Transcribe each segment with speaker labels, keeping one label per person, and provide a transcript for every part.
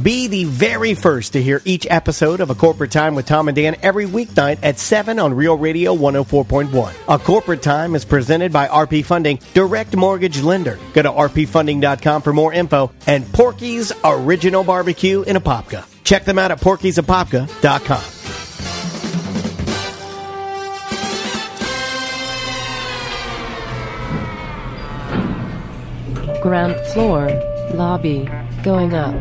Speaker 1: Be the very first to hear each episode of A Corporate Time with Tom and Dan every weeknight at 7 on Real Radio 104.1. A Corporate Time is presented by RP Funding, direct mortgage lender. Go to rpfunding.com for more info and Porky's Original Barbecue in Apopka. Check them out at porky'sapopka.com.
Speaker 2: Ground floor, lobby, going up.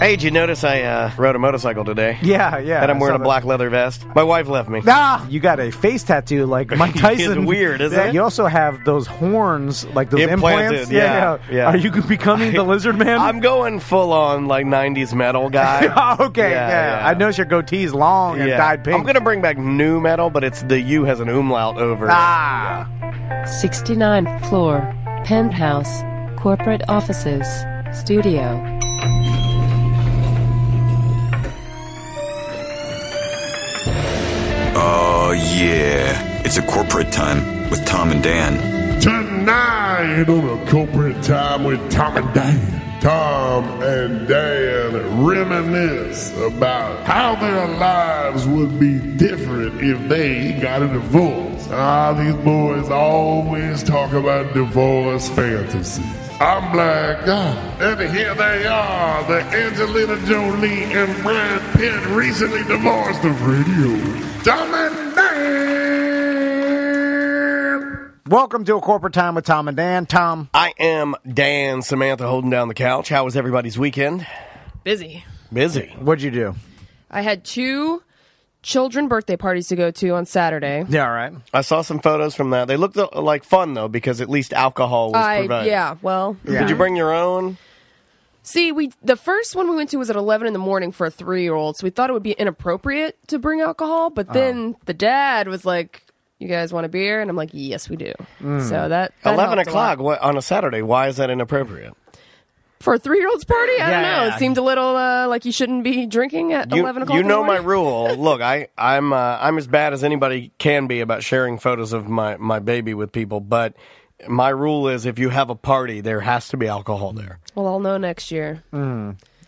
Speaker 1: Hey, did you notice I uh, rode a motorcycle today?
Speaker 3: Yeah, yeah.
Speaker 1: And I'm wearing a
Speaker 3: I saw
Speaker 1: black leather vest. My wife left me.
Speaker 3: that. Ah, you got a face tattoo like Mike
Speaker 1: It's
Speaker 3: Tyson.
Speaker 1: weird, isn't
Speaker 3: yeah,
Speaker 1: it?
Speaker 3: You also have those horns, like those
Speaker 1: Implanted,
Speaker 3: implants.
Speaker 1: yeah, yeah.
Speaker 3: Are you becoming the Lizard Man?
Speaker 1: I'm going full on like 90s metal guy.
Speaker 3: Ah, okay,
Speaker 1: Yeah,
Speaker 3: yeah,
Speaker 1: yeah.
Speaker 3: I noticed your goatee is long and
Speaker 1: Yeah.
Speaker 3: dyed pink.
Speaker 1: I'm gonna bring back new metal, but it's the U has an umlaut over. it.
Speaker 3: ah.
Speaker 2: 69th floor, penthouse, corporate offices, studio.
Speaker 4: Oh, yeah. It's a corporate time with Tom and Dan.
Speaker 5: Tonight on a corporate time with Tom and Dan. Tom and Dan reminisce about how their lives would be different if they got a divorce. Ah, these boys always talk about divorce fantasies. I'm like, God. And here they are, the Angelina Jolie and Brad Pitt recently divorced of radio. Tom and Dan!
Speaker 3: Welcome to a corporate time with Tom and Dan. Tom,
Speaker 1: I am Dan Samantha holding down the couch. How was everybody's weekend?
Speaker 6: busy.
Speaker 1: Busy.
Speaker 3: what'd you do?
Speaker 6: I had two children birthday parties to go to on Saturday.
Speaker 3: Yeah, all right.
Speaker 1: I saw some photos from that. They looked uh, like fun though, because at least alcohol was
Speaker 6: I
Speaker 1: provided.
Speaker 6: yeah, well,
Speaker 1: Did you bring your own?
Speaker 6: see, we the first one we went to was at eleven in the morning for a three year old, so we thought it would be inappropriate to bring alcohol.
Speaker 1: Oh.
Speaker 6: But then the dad was like, "You guys want a beer?" And I'm like, "Yes, we do." So that, that
Speaker 1: Hmm. Eleven
Speaker 6: helped a lot.
Speaker 1: o'clock what, on a Saturday. Why is that inappropriate?
Speaker 6: for a three year old's party. I don't
Speaker 3: Yeah,
Speaker 6: know.
Speaker 3: yeah.
Speaker 6: It seemed a little uh, like you shouldn't be drinking at
Speaker 1: You,
Speaker 6: eleven o'clock.
Speaker 1: you
Speaker 6: in the
Speaker 1: know my
Speaker 6: morning.
Speaker 1: rule. Look, I I'm uh, I'm as bad as anybody can be about sharing photos of my my baby with people, but. My rule is if you have a party, there has to be alcohol there.
Speaker 6: Well, I'll know next year.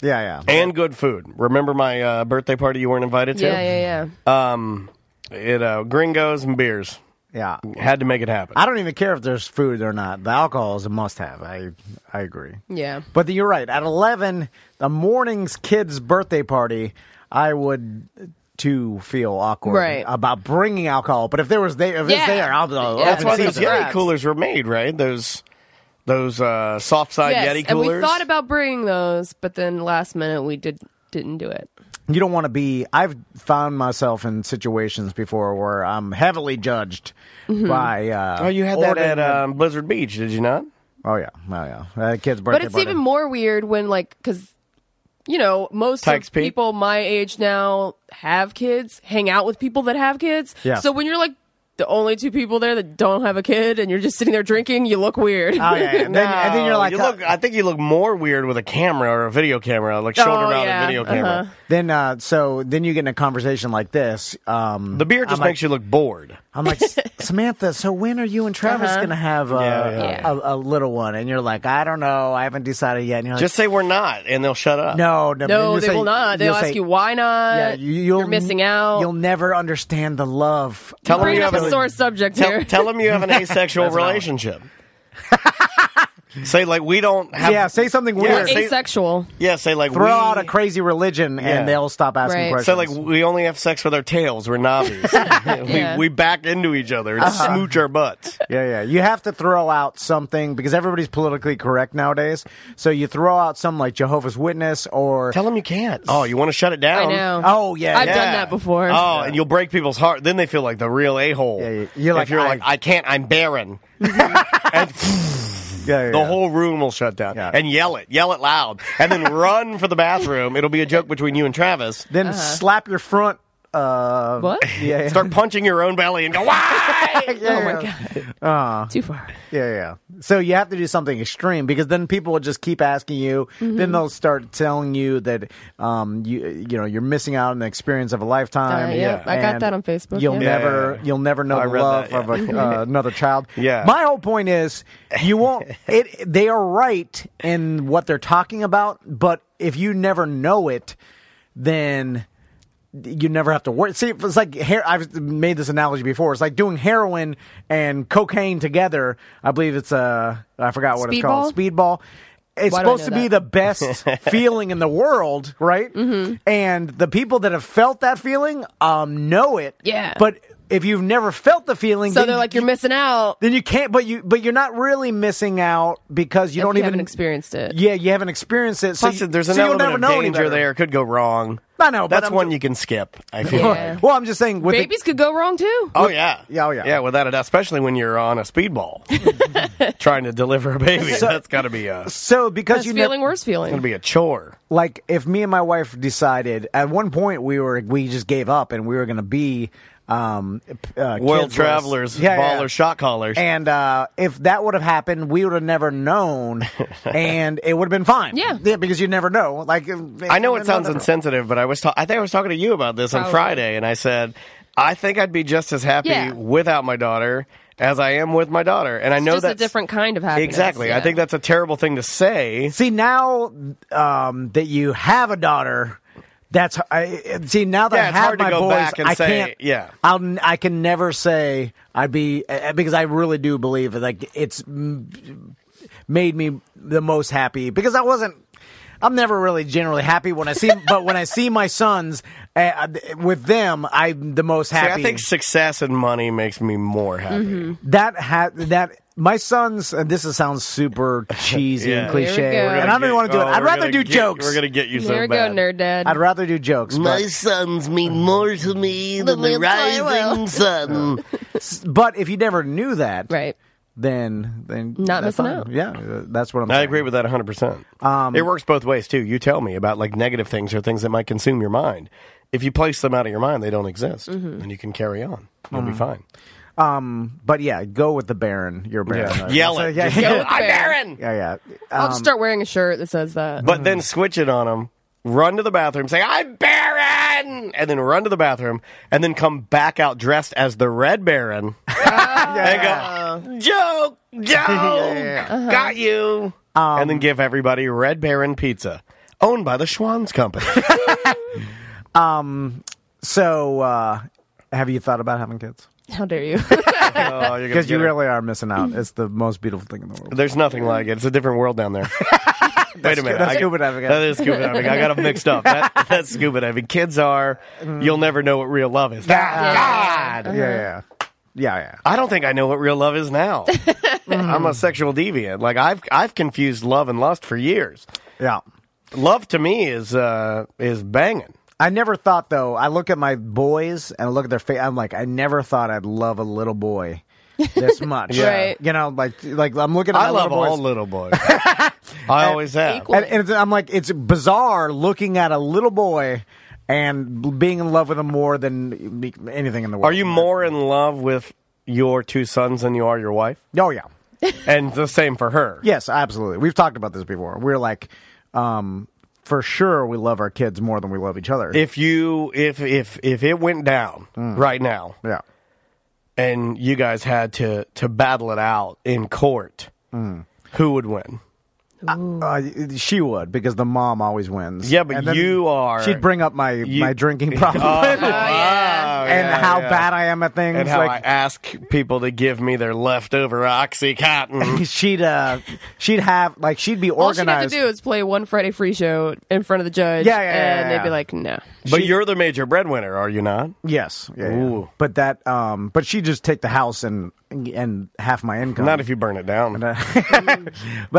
Speaker 3: Yeah, yeah.
Speaker 1: and good food. Remember my uh, birthday party you weren't invited to?
Speaker 6: Yeah, yeah, yeah.
Speaker 1: Um, it uh, gringos and beers
Speaker 3: Yeah.
Speaker 1: had to make it happen.
Speaker 3: I don't even care if there's food or not. The alcohol is a must have. I I agree.
Speaker 6: Yeah.
Speaker 3: But you're right. At 11, the morning's kids' birthday party, I would too feel awkward
Speaker 6: Right.
Speaker 3: about bringing alcohol. But if there was there, if it's
Speaker 6: Yeah.
Speaker 3: there, I'll be like,
Speaker 1: That's
Speaker 6: That's
Speaker 1: why
Speaker 6: why
Speaker 1: these
Speaker 6: these
Speaker 1: Yeti
Speaker 6: grabs.
Speaker 1: coolers were made, right? Those those uh, soft side
Speaker 6: yes,
Speaker 1: Yeti
Speaker 6: and
Speaker 1: coolers.
Speaker 6: we thought about bringing those, but then last minute we did didn't do it.
Speaker 3: you don't want to be. I've found myself in situations before where I'm heavily judged
Speaker 6: Mm-hmm.
Speaker 3: by. Uh,
Speaker 1: Oh, you had that
Speaker 3: ordering
Speaker 1: at
Speaker 3: a-
Speaker 1: um, Blizzard Beach, did you not?
Speaker 3: oh yeah, oh yeah, uh, kids' birthday
Speaker 6: But it's
Speaker 3: party.
Speaker 6: even more weird when like because you know most
Speaker 1: Tykes
Speaker 6: of
Speaker 1: Peak.
Speaker 6: people my age now have kids, hang out with people that have kids.
Speaker 3: Yeah.
Speaker 6: So when you're like the only two people there that don't have a kid, and you're just sitting there drinking, you look weird.
Speaker 3: Oh, yeah, yeah. And, then, and then you're
Speaker 1: No,
Speaker 3: like,
Speaker 1: you
Speaker 3: uh,
Speaker 1: look. I think you look more weird with a camera or a video camera, like shoulder mounted
Speaker 6: Oh, yeah,
Speaker 1: video camera.
Speaker 6: uh-huh.
Speaker 3: then uh, so then you get in a conversation like this. Um,
Speaker 1: The beer just makes you look bored.
Speaker 3: I'm like, "S- Samantha, so when are you and Travis going to have uh,
Speaker 1: Yeah, yeah.
Speaker 6: Uh-huh. Yeah.
Speaker 3: A, a little one? And you're like, I don't know. I haven't decided yet. And you're like,
Speaker 1: Just say we're not, and they'll shut up.
Speaker 3: no, no,
Speaker 6: no,
Speaker 3: you'll
Speaker 6: they
Speaker 3: say-
Speaker 6: will not. They'll
Speaker 3: you'll
Speaker 6: ask
Speaker 3: say,
Speaker 6: you why not.
Speaker 3: Yeah, you, you'll,
Speaker 6: are missing out.
Speaker 3: You'll never understand the love.
Speaker 1: Tell them
Speaker 6: Bringing
Speaker 1: you
Speaker 6: up
Speaker 1: have
Speaker 6: a sore subject
Speaker 1: tell,
Speaker 6: here.
Speaker 1: tell them you have an asexual relationship. say like we don't have.
Speaker 3: Yeah, say something
Speaker 1: Yeah,
Speaker 3: weird.
Speaker 1: say-
Speaker 6: asexual.
Speaker 1: yeah, say like
Speaker 3: Throw
Speaker 1: we,
Speaker 3: out a crazy religion, and
Speaker 1: Yeah.
Speaker 3: they'll stop asking
Speaker 6: Right.
Speaker 3: questions.
Speaker 1: Say like we only have sex with our tails. We're nobbies.
Speaker 6: Yeah.
Speaker 1: we, we back into each other and smooch our butts.
Speaker 3: Yeah, yeah. You have to throw out something because everybody's politically correct nowadays. So you throw out something like Jehovah's Witness or
Speaker 1: Tell them you can't. Oh, you want to shut it
Speaker 6: I
Speaker 1: down?
Speaker 6: know.
Speaker 3: oh yeah,
Speaker 6: I've
Speaker 3: yeah.
Speaker 6: done that before.
Speaker 1: Oh, and you'll break people's heart. Then they feel like the real a hole.
Speaker 3: Yeah, yeah. You're
Speaker 1: if
Speaker 3: like,
Speaker 1: you're
Speaker 3: I-
Speaker 1: like, I can't. I'm barren. and
Speaker 3: Yeah, yeah,
Speaker 1: the
Speaker 3: yeah.
Speaker 1: whole room will shut down
Speaker 3: Yeah.
Speaker 1: and yell it, yell it loud, and then run for the bathroom. It'll be a joke between you and Travis.
Speaker 3: Then
Speaker 6: Uh-huh.
Speaker 3: slap your front. Uh,
Speaker 6: What?
Speaker 3: Yeah, yeah.
Speaker 1: Start punching your own belly and go, why?
Speaker 3: Yeah,
Speaker 6: Oh my
Speaker 3: yeah. Ah.
Speaker 6: god. Too far.
Speaker 3: Yeah, yeah. So you have to do something extreme because then people will just keep asking you.
Speaker 6: Mm-hmm.
Speaker 3: Then they'll start telling you that um you you know you're missing out on the experience of a lifetime.
Speaker 6: Uh, yeah, I got
Speaker 3: And
Speaker 6: that on Facebook,
Speaker 3: You'll
Speaker 6: yeah.
Speaker 3: never
Speaker 1: Yeah. Oh,
Speaker 3: you'll never know
Speaker 1: I
Speaker 3: the
Speaker 1: read
Speaker 3: love
Speaker 1: that, yeah.
Speaker 3: of a, uh, another child.
Speaker 1: Yeah.
Speaker 3: My whole point is you won't. It they are right in what they're talking about, but if you never know it, then you never have to worry. See, it's like hair. I've made this analogy before. It's like doing heroin and cocaine together. I believe it's uh, I forgot what it's called. Speedball. It's
Speaker 6: Why do I
Speaker 3: supposed to
Speaker 6: know
Speaker 3: be the
Speaker 6: that?
Speaker 3: best feeling in the world, right? Mm-hmm. And the people that have felt that feeling um, know it.
Speaker 6: Yeah.
Speaker 3: But if you've never felt the feeling,
Speaker 6: So
Speaker 3: then
Speaker 6: they're like, you're missing out.
Speaker 3: Then you can't. But you. But you're not really missing out because you
Speaker 6: If
Speaker 3: don't
Speaker 6: you
Speaker 3: even
Speaker 6: haven't experienced it.
Speaker 3: Yeah, you haven't experienced it.
Speaker 1: Plus,
Speaker 3: so you,
Speaker 1: there's an
Speaker 3: so you'll
Speaker 1: element of
Speaker 3: never know any
Speaker 1: danger
Speaker 3: better.
Speaker 1: there. It could go wrong.
Speaker 3: I know, but
Speaker 1: That's
Speaker 3: I'm
Speaker 1: one
Speaker 3: ju-
Speaker 1: you can skip, I feel like.
Speaker 6: Yeah.
Speaker 3: Well, I'm just saying. With the-
Speaker 6: Babies could go wrong too.
Speaker 1: Oh yeah,
Speaker 3: Yeah, oh, yeah.
Speaker 1: yeah. Without a doubt, especially when you're on a speedball trying to deliver a baby, that's got to be a it's
Speaker 3: so because
Speaker 6: Best
Speaker 3: you never.
Speaker 6: feeling, worst
Speaker 1: gonna
Speaker 6: feeling.
Speaker 1: be a chore.
Speaker 3: like if me and my wife decided at one point we were we just gave up and we were going to be um uh,
Speaker 1: World
Speaker 3: kidless.
Speaker 1: travelers,
Speaker 3: Yeah, yeah.
Speaker 1: ballers, shot callers.
Speaker 3: and uh, if that would have happened, we would have never known, and it would have been fine.
Speaker 6: Yeah.
Speaker 3: because you never know. Like,
Speaker 1: I know it sounds insensitive, but I was ta- I think I was talking to you about this on
Speaker 3: Oh.
Speaker 6: Probably.
Speaker 1: Friday, and I said I think I'd be just as happy
Speaker 6: Yeah.
Speaker 1: without my daughter as I am with my daughter, and I know
Speaker 6: Just
Speaker 1: that's
Speaker 6: a different kind of happiness.
Speaker 1: Exactly. I
Speaker 6: yeah.
Speaker 1: think that's a terrible thing to say.
Speaker 3: See now um, that you have a daughter, that's I, see now that
Speaker 1: Yeah,
Speaker 3: I
Speaker 1: it's
Speaker 3: have
Speaker 1: hard to
Speaker 3: my
Speaker 1: go
Speaker 3: boys,
Speaker 1: back and
Speaker 3: I
Speaker 1: say,
Speaker 3: can't.
Speaker 1: yeah.
Speaker 3: I'll n- I can never say I'd be uh, because I really do believe that, like it's m- made me the most happy because I wasn't. I'm never really generally happy when I see, but when I see my sons uh, with them, I'm the most
Speaker 1: See,
Speaker 3: happy.
Speaker 1: I think success and money makes me more happy.
Speaker 3: Mm-hmm. That ha- that my sons. And this is, sounds super cheesy and
Speaker 1: Yeah. Here we
Speaker 3: cliche,
Speaker 6: go.
Speaker 3: and I don't even want to do it.
Speaker 1: Oh,
Speaker 3: I'd
Speaker 1: we're
Speaker 3: rather
Speaker 1: gonna
Speaker 3: do
Speaker 1: get-
Speaker 3: jokes.
Speaker 1: We're gonna get you so
Speaker 6: There we go,
Speaker 1: bad.
Speaker 6: nerd dad.
Speaker 3: I'd rather do jokes, but,
Speaker 1: sons
Speaker 3: Mm-hmm.
Speaker 1: mean more to me than the rising sun.
Speaker 3: but if you never knew that,
Speaker 6: right.
Speaker 3: Then then
Speaker 6: Not
Speaker 3: that's
Speaker 6: missing
Speaker 3: fine.
Speaker 6: out.
Speaker 3: Yeah, uh, that's what I'm.
Speaker 1: I
Speaker 3: saying.
Speaker 1: agree with that 100%.
Speaker 3: Um,
Speaker 1: it works both ways, too. You tell me about like negative things or things that might consume your mind. If you place them out of your mind, they don't exist.
Speaker 3: Mm-hmm.
Speaker 1: And you can carry on. You'll be fine.
Speaker 3: But yeah, go with the Baron. You're Baron. right?
Speaker 1: Yell
Speaker 3: So,
Speaker 1: it.
Speaker 3: Yeah,
Speaker 1: Just
Speaker 3: yeah,
Speaker 1: go,
Speaker 6: with the
Speaker 1: I'm
Speaker 6: bear."
Speaker 1: Aaron!
Speaker 3: yeah, yeah.
Speaker 6: I'll just start wearing a shirt that says that.
Speaker 1: But
Speaker 3: Mm.
Speaker 1: then switch it on them. Run to the bathroom, say, I'm Baron! And then run to the bathroom, and then come back out dressed as the Red Baron. and go, Joke! Joke!
Speaker 3: Uh-huh.
Speaker 1: Got you! and
Speaker 3: Um,
Speaker 1: then give everybody Red Baron pizza, owned by the Schwann's Company.
Speaker 3: Oh, So, uh, have you thought about having kids?
Speaker 6: How dare you?
Speaker 3: Because you really are missing out. It's the most beautiful thing in the world.
Speaker 1: There's nothing like it. It's a different world down there. Wait a minute.
Speaker 3: that's
Speaker 1: I-
Speaker 3: scuba diving.
Speaker 1: That is scuba diving. I got them mixed up. That, that's scuba diving. Kids are,
Speaker 3: Mm-hmm.
Speaker 1: you'll never know what real love is. Ah, God!
Speaker 6: Uh-huh.
Speaker 3: Yeah, yeah, yeah, yeah.
Speaker 1: I don't think I know what real love is now. I'm a sexual deviant. Like, I've, I've confused love and lust for years.
Speaker 3: yeah.
Speaker 1: Love to me is, uh, is banging.
Speaker 3: I never thought though. I look at my boys and I look at their face. I'm like, I never thought I'd love a little boy this much.
Speaker 6: Right.
Speaker 3: You know, like like I'm looking at my
Speaker 1: I love
Speaker 3: little boys.
Speaker 1: all little boys. I always have.
Speaker 6: Equal.
Speaker 3: And, and it's- I'm like, it's bizarre looking at a little boy and being in love with him more than be- anything in the world.
Speaker 1: Are you more in love with your two sons than you are your wife?
Speaker 3: Oh yeah.
Speaker 1: And the same for her.
Speaker 3: Yes, absolutely. We've talked about this before. We're like, um, for sure, we love our kids more than we love each other.
Speaker 1: if you if if if it went down right now
Speaker 3: yeah.
Speaker 1: and you guys had to to battle it out in court who would win
Speaker 3: Uh, she would because the mom always wins.
Speaker 1: Yeah, but
Speaker 3: And then
Speaker 1: you are-
Speaker 3: She'd bring up my
Speaker 1: You- Oh,
Speaker 3: my drinking problem and how bad I am at things.
Speaker 1: and how
Speaker 3: like
Speaker 1: i ask people to give me their leftover oxycontin
Speaker 3: she'd uh, she'd have like she'd be
Speaker 6: All she'd have
Speaker 3: organized.
Speaker 6: to do is play one Friday free show in front of the judge.
Speaker 3: Yeah, yeah,
Speaker 6: And
Speaker 3: yeah, yeah,
Speaker 6: they'd be
Speaker 3: yeah.
Speaker 6: like, no.
Speaker 1: but you're the major breadwinner are you not
Speaker 3: Yes. Yeah, yeah.
Speaker 1: Ooh.
Speaker 3: But that um but she just take the house and and half my income.
Speaker 1: not if you burn it down
Speaker 3: but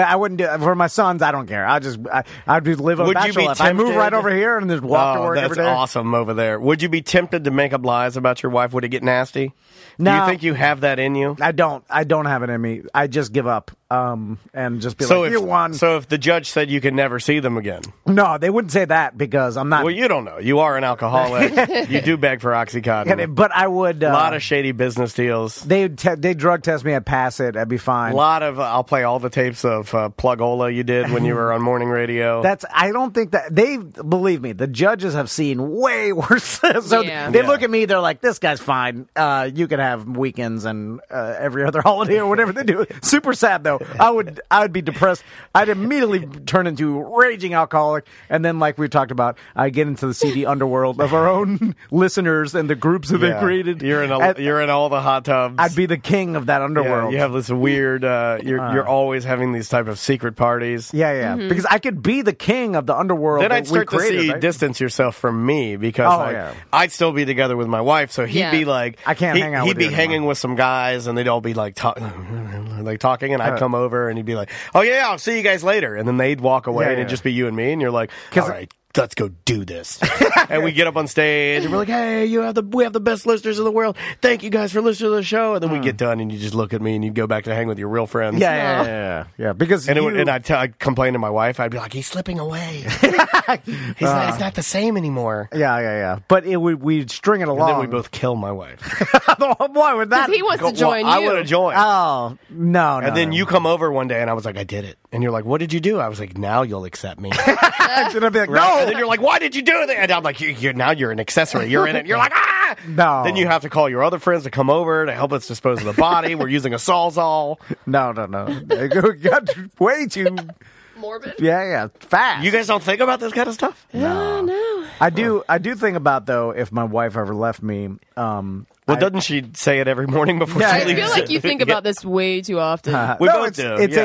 Speaker 3: I wouldn't do for my sons. I don't care. I just I, I'd just live a
Speaker 1: Would you
Speaker 3: bachelor
Speaker 1: be
Speaker 3: life. I move
Speaker 1: tempted-
Speaker 3: right over here and just walk
Speaker 1: Oh,
Speaker 3: to work
Speaker 1: that's
Speaker 3: every day.
Speaker 1: awesome over there. Would you be tempted to make up lies about your wife? Would it get nasty? Do
Speaker 3: No.
Speaker 1: you think you have that in you?
Speaker 3: I don't. I don't have it in me. I just give up. um, and just be
Speaker 1: So
Speaker 3: like,
Speaker 1: if
Speaker 3: "You won."
Speaker 1: so if the judge said you can never see them again,
Speaker 3: no, they wouldn't say that because I'm not.
Speaker 1: well, you don't know. You are an alcoholic. you do beg for oxycontin.
Speaker 3: but I would. Uh,
Speaker 1: A lot of shady business deals.
Speaker 3: they te- they drug test me. I'd pass it. I'd be fine.
Speaker 1: A lot of uh, I'll play all the tapes of uh, Plugola you did when you were on morning radio.
Speaker 3: That's. I don't think that they believe me. The judges have seen way worse. so
Speaker 6: Yeah.
Speaker 3: they
Speaker 1: Yeah.
Speaker 3: look at me. They're like, "This guy's fine. Uh, you can have weekends and uh, every other holiday or whatever they do." Super sad though. I would. I would be depressed. I'd immediately turn into a raging alcoholic, and then, like we talked about, I get into the CD underworld of our own listeners and the groups that
Speaker 1: Yeah.
Speaker 3: they created.
Speaker 1: You're in a,
Speaker 3: And
Speaker 1: you're in all the hot tubs.
Speaker 3: I'd be the king of that
Speaker 1: Yeah,
Speaker 3: underworld.
Speaker 1: you have this weird. Uh, you're you're always having these type of secret parties.
Speaker 3: Yeah, yeah.
Speaker 6: Mm-hmm.
Speaker 3: Because I could be the king of the underworld.
Speaker 1: Then
Speaker 3: that
Speaker 1: I'd start
Speaker 3: we created,
Speaker 1: to see you
Speaker 3: right?
Speaker 1: distance yourself from me because
Speaker 3: Oh,
Speaker 1: like,
Speaker 3: yeah.
Speaker 1: I'd still be together with my wife, so he'd
Speaker 6: Yeah.
Speaker 1: be like,
Speaker 3: I can't
Speaker 1: he-
Speaker 3: hang out
Speaker 1: He'd
Speaker 3: with
Speaker 1: be
Speaker 3: you
Speaker 1: hanging
Speaker 3: anymore.
Speaker 1: with some guys, and they'd all be like talking, like talking, and I'd
Speaker 3: Uh.
Speaker 1: come over, and he'd be like, "Oh yeah, I'll see you guys later," and then they'd walk away,
Speaker 3: Yeah,
Speaker 1: and
Speaker 3: yeah.
Speaker 1: it'd just be you and me, and you're like, "All
Speaker 3: 'Cause-
Speaker 1: right, let's go do this," and we get up on stage, and we're like, "Hey, you have the we have the best listeners in the world. Thank you guys for listening to the show," and then we get done, and you just look at me, and you go back to hang with your real friends.
Speaker 3: Hmm. Yeah, yeah, yeah, yeah, yeah. Because
Speaker 1: And, it would,
Speaker 3: you-
Speaker 1: and I'd, tell, I'd complain to my wife. I'd be like, he's slipping away. he's not, it's not the same anymore.
Speaker 3: yeah, yeah, yeah. But it would we'd string it
Speaker 1: And
Speaker 3: along.
Speaker 1: then we both kill my wife.
Speaker 3: Why would that?
Speaker 6: he wants
Speaker 1: Go-
Speaker 6: to join
Speaker 1: well, I
Speaker 6: you.
Speaker 1: would have joined.
Speaker 3: Oh no, no.
Speaker 1: and then
Speaker 3: no.
Speaker 1: you come over one day, and I was like, I did it. And you're like, What did you do? I was like, Now you'll accept me.
Speaker 3: and I'd be like,
Speaker 1: Right? And
Speaker 3: no.
Speaker 1: then you're like, Why did you do that? And I'm like, you, you're, Now you're an accessory. You're in it. You're like, Ah!
Speaker 3: No.
Speaker 1: Then you have to call your other friends to come over to help us dispose of the body. We're using a Sawzall.
Speaker 3: No, no, no. They go- got way too.
Speaker 6: Morbid.
Speaker 3: Yeah, yeah. Fast.
Speaker 1: You guys don't think about this kind of stuff?
Speaker 6: No, no.
Speaker 3: I do. I do think about though if my wife ever left me. Um,
Speaker 1: Well, doesn't she say it every morning before she
Speaker 3: Yeah, I
Speaker 6: I
Speaker 1: leaves?
Speaker 6: feel like you think about this way too often.
Speaker 1: We
Speaker 3: no,
Speaker 1: both
Speaker 3: it's,
Speaker 1: do,
Speaker 3: It's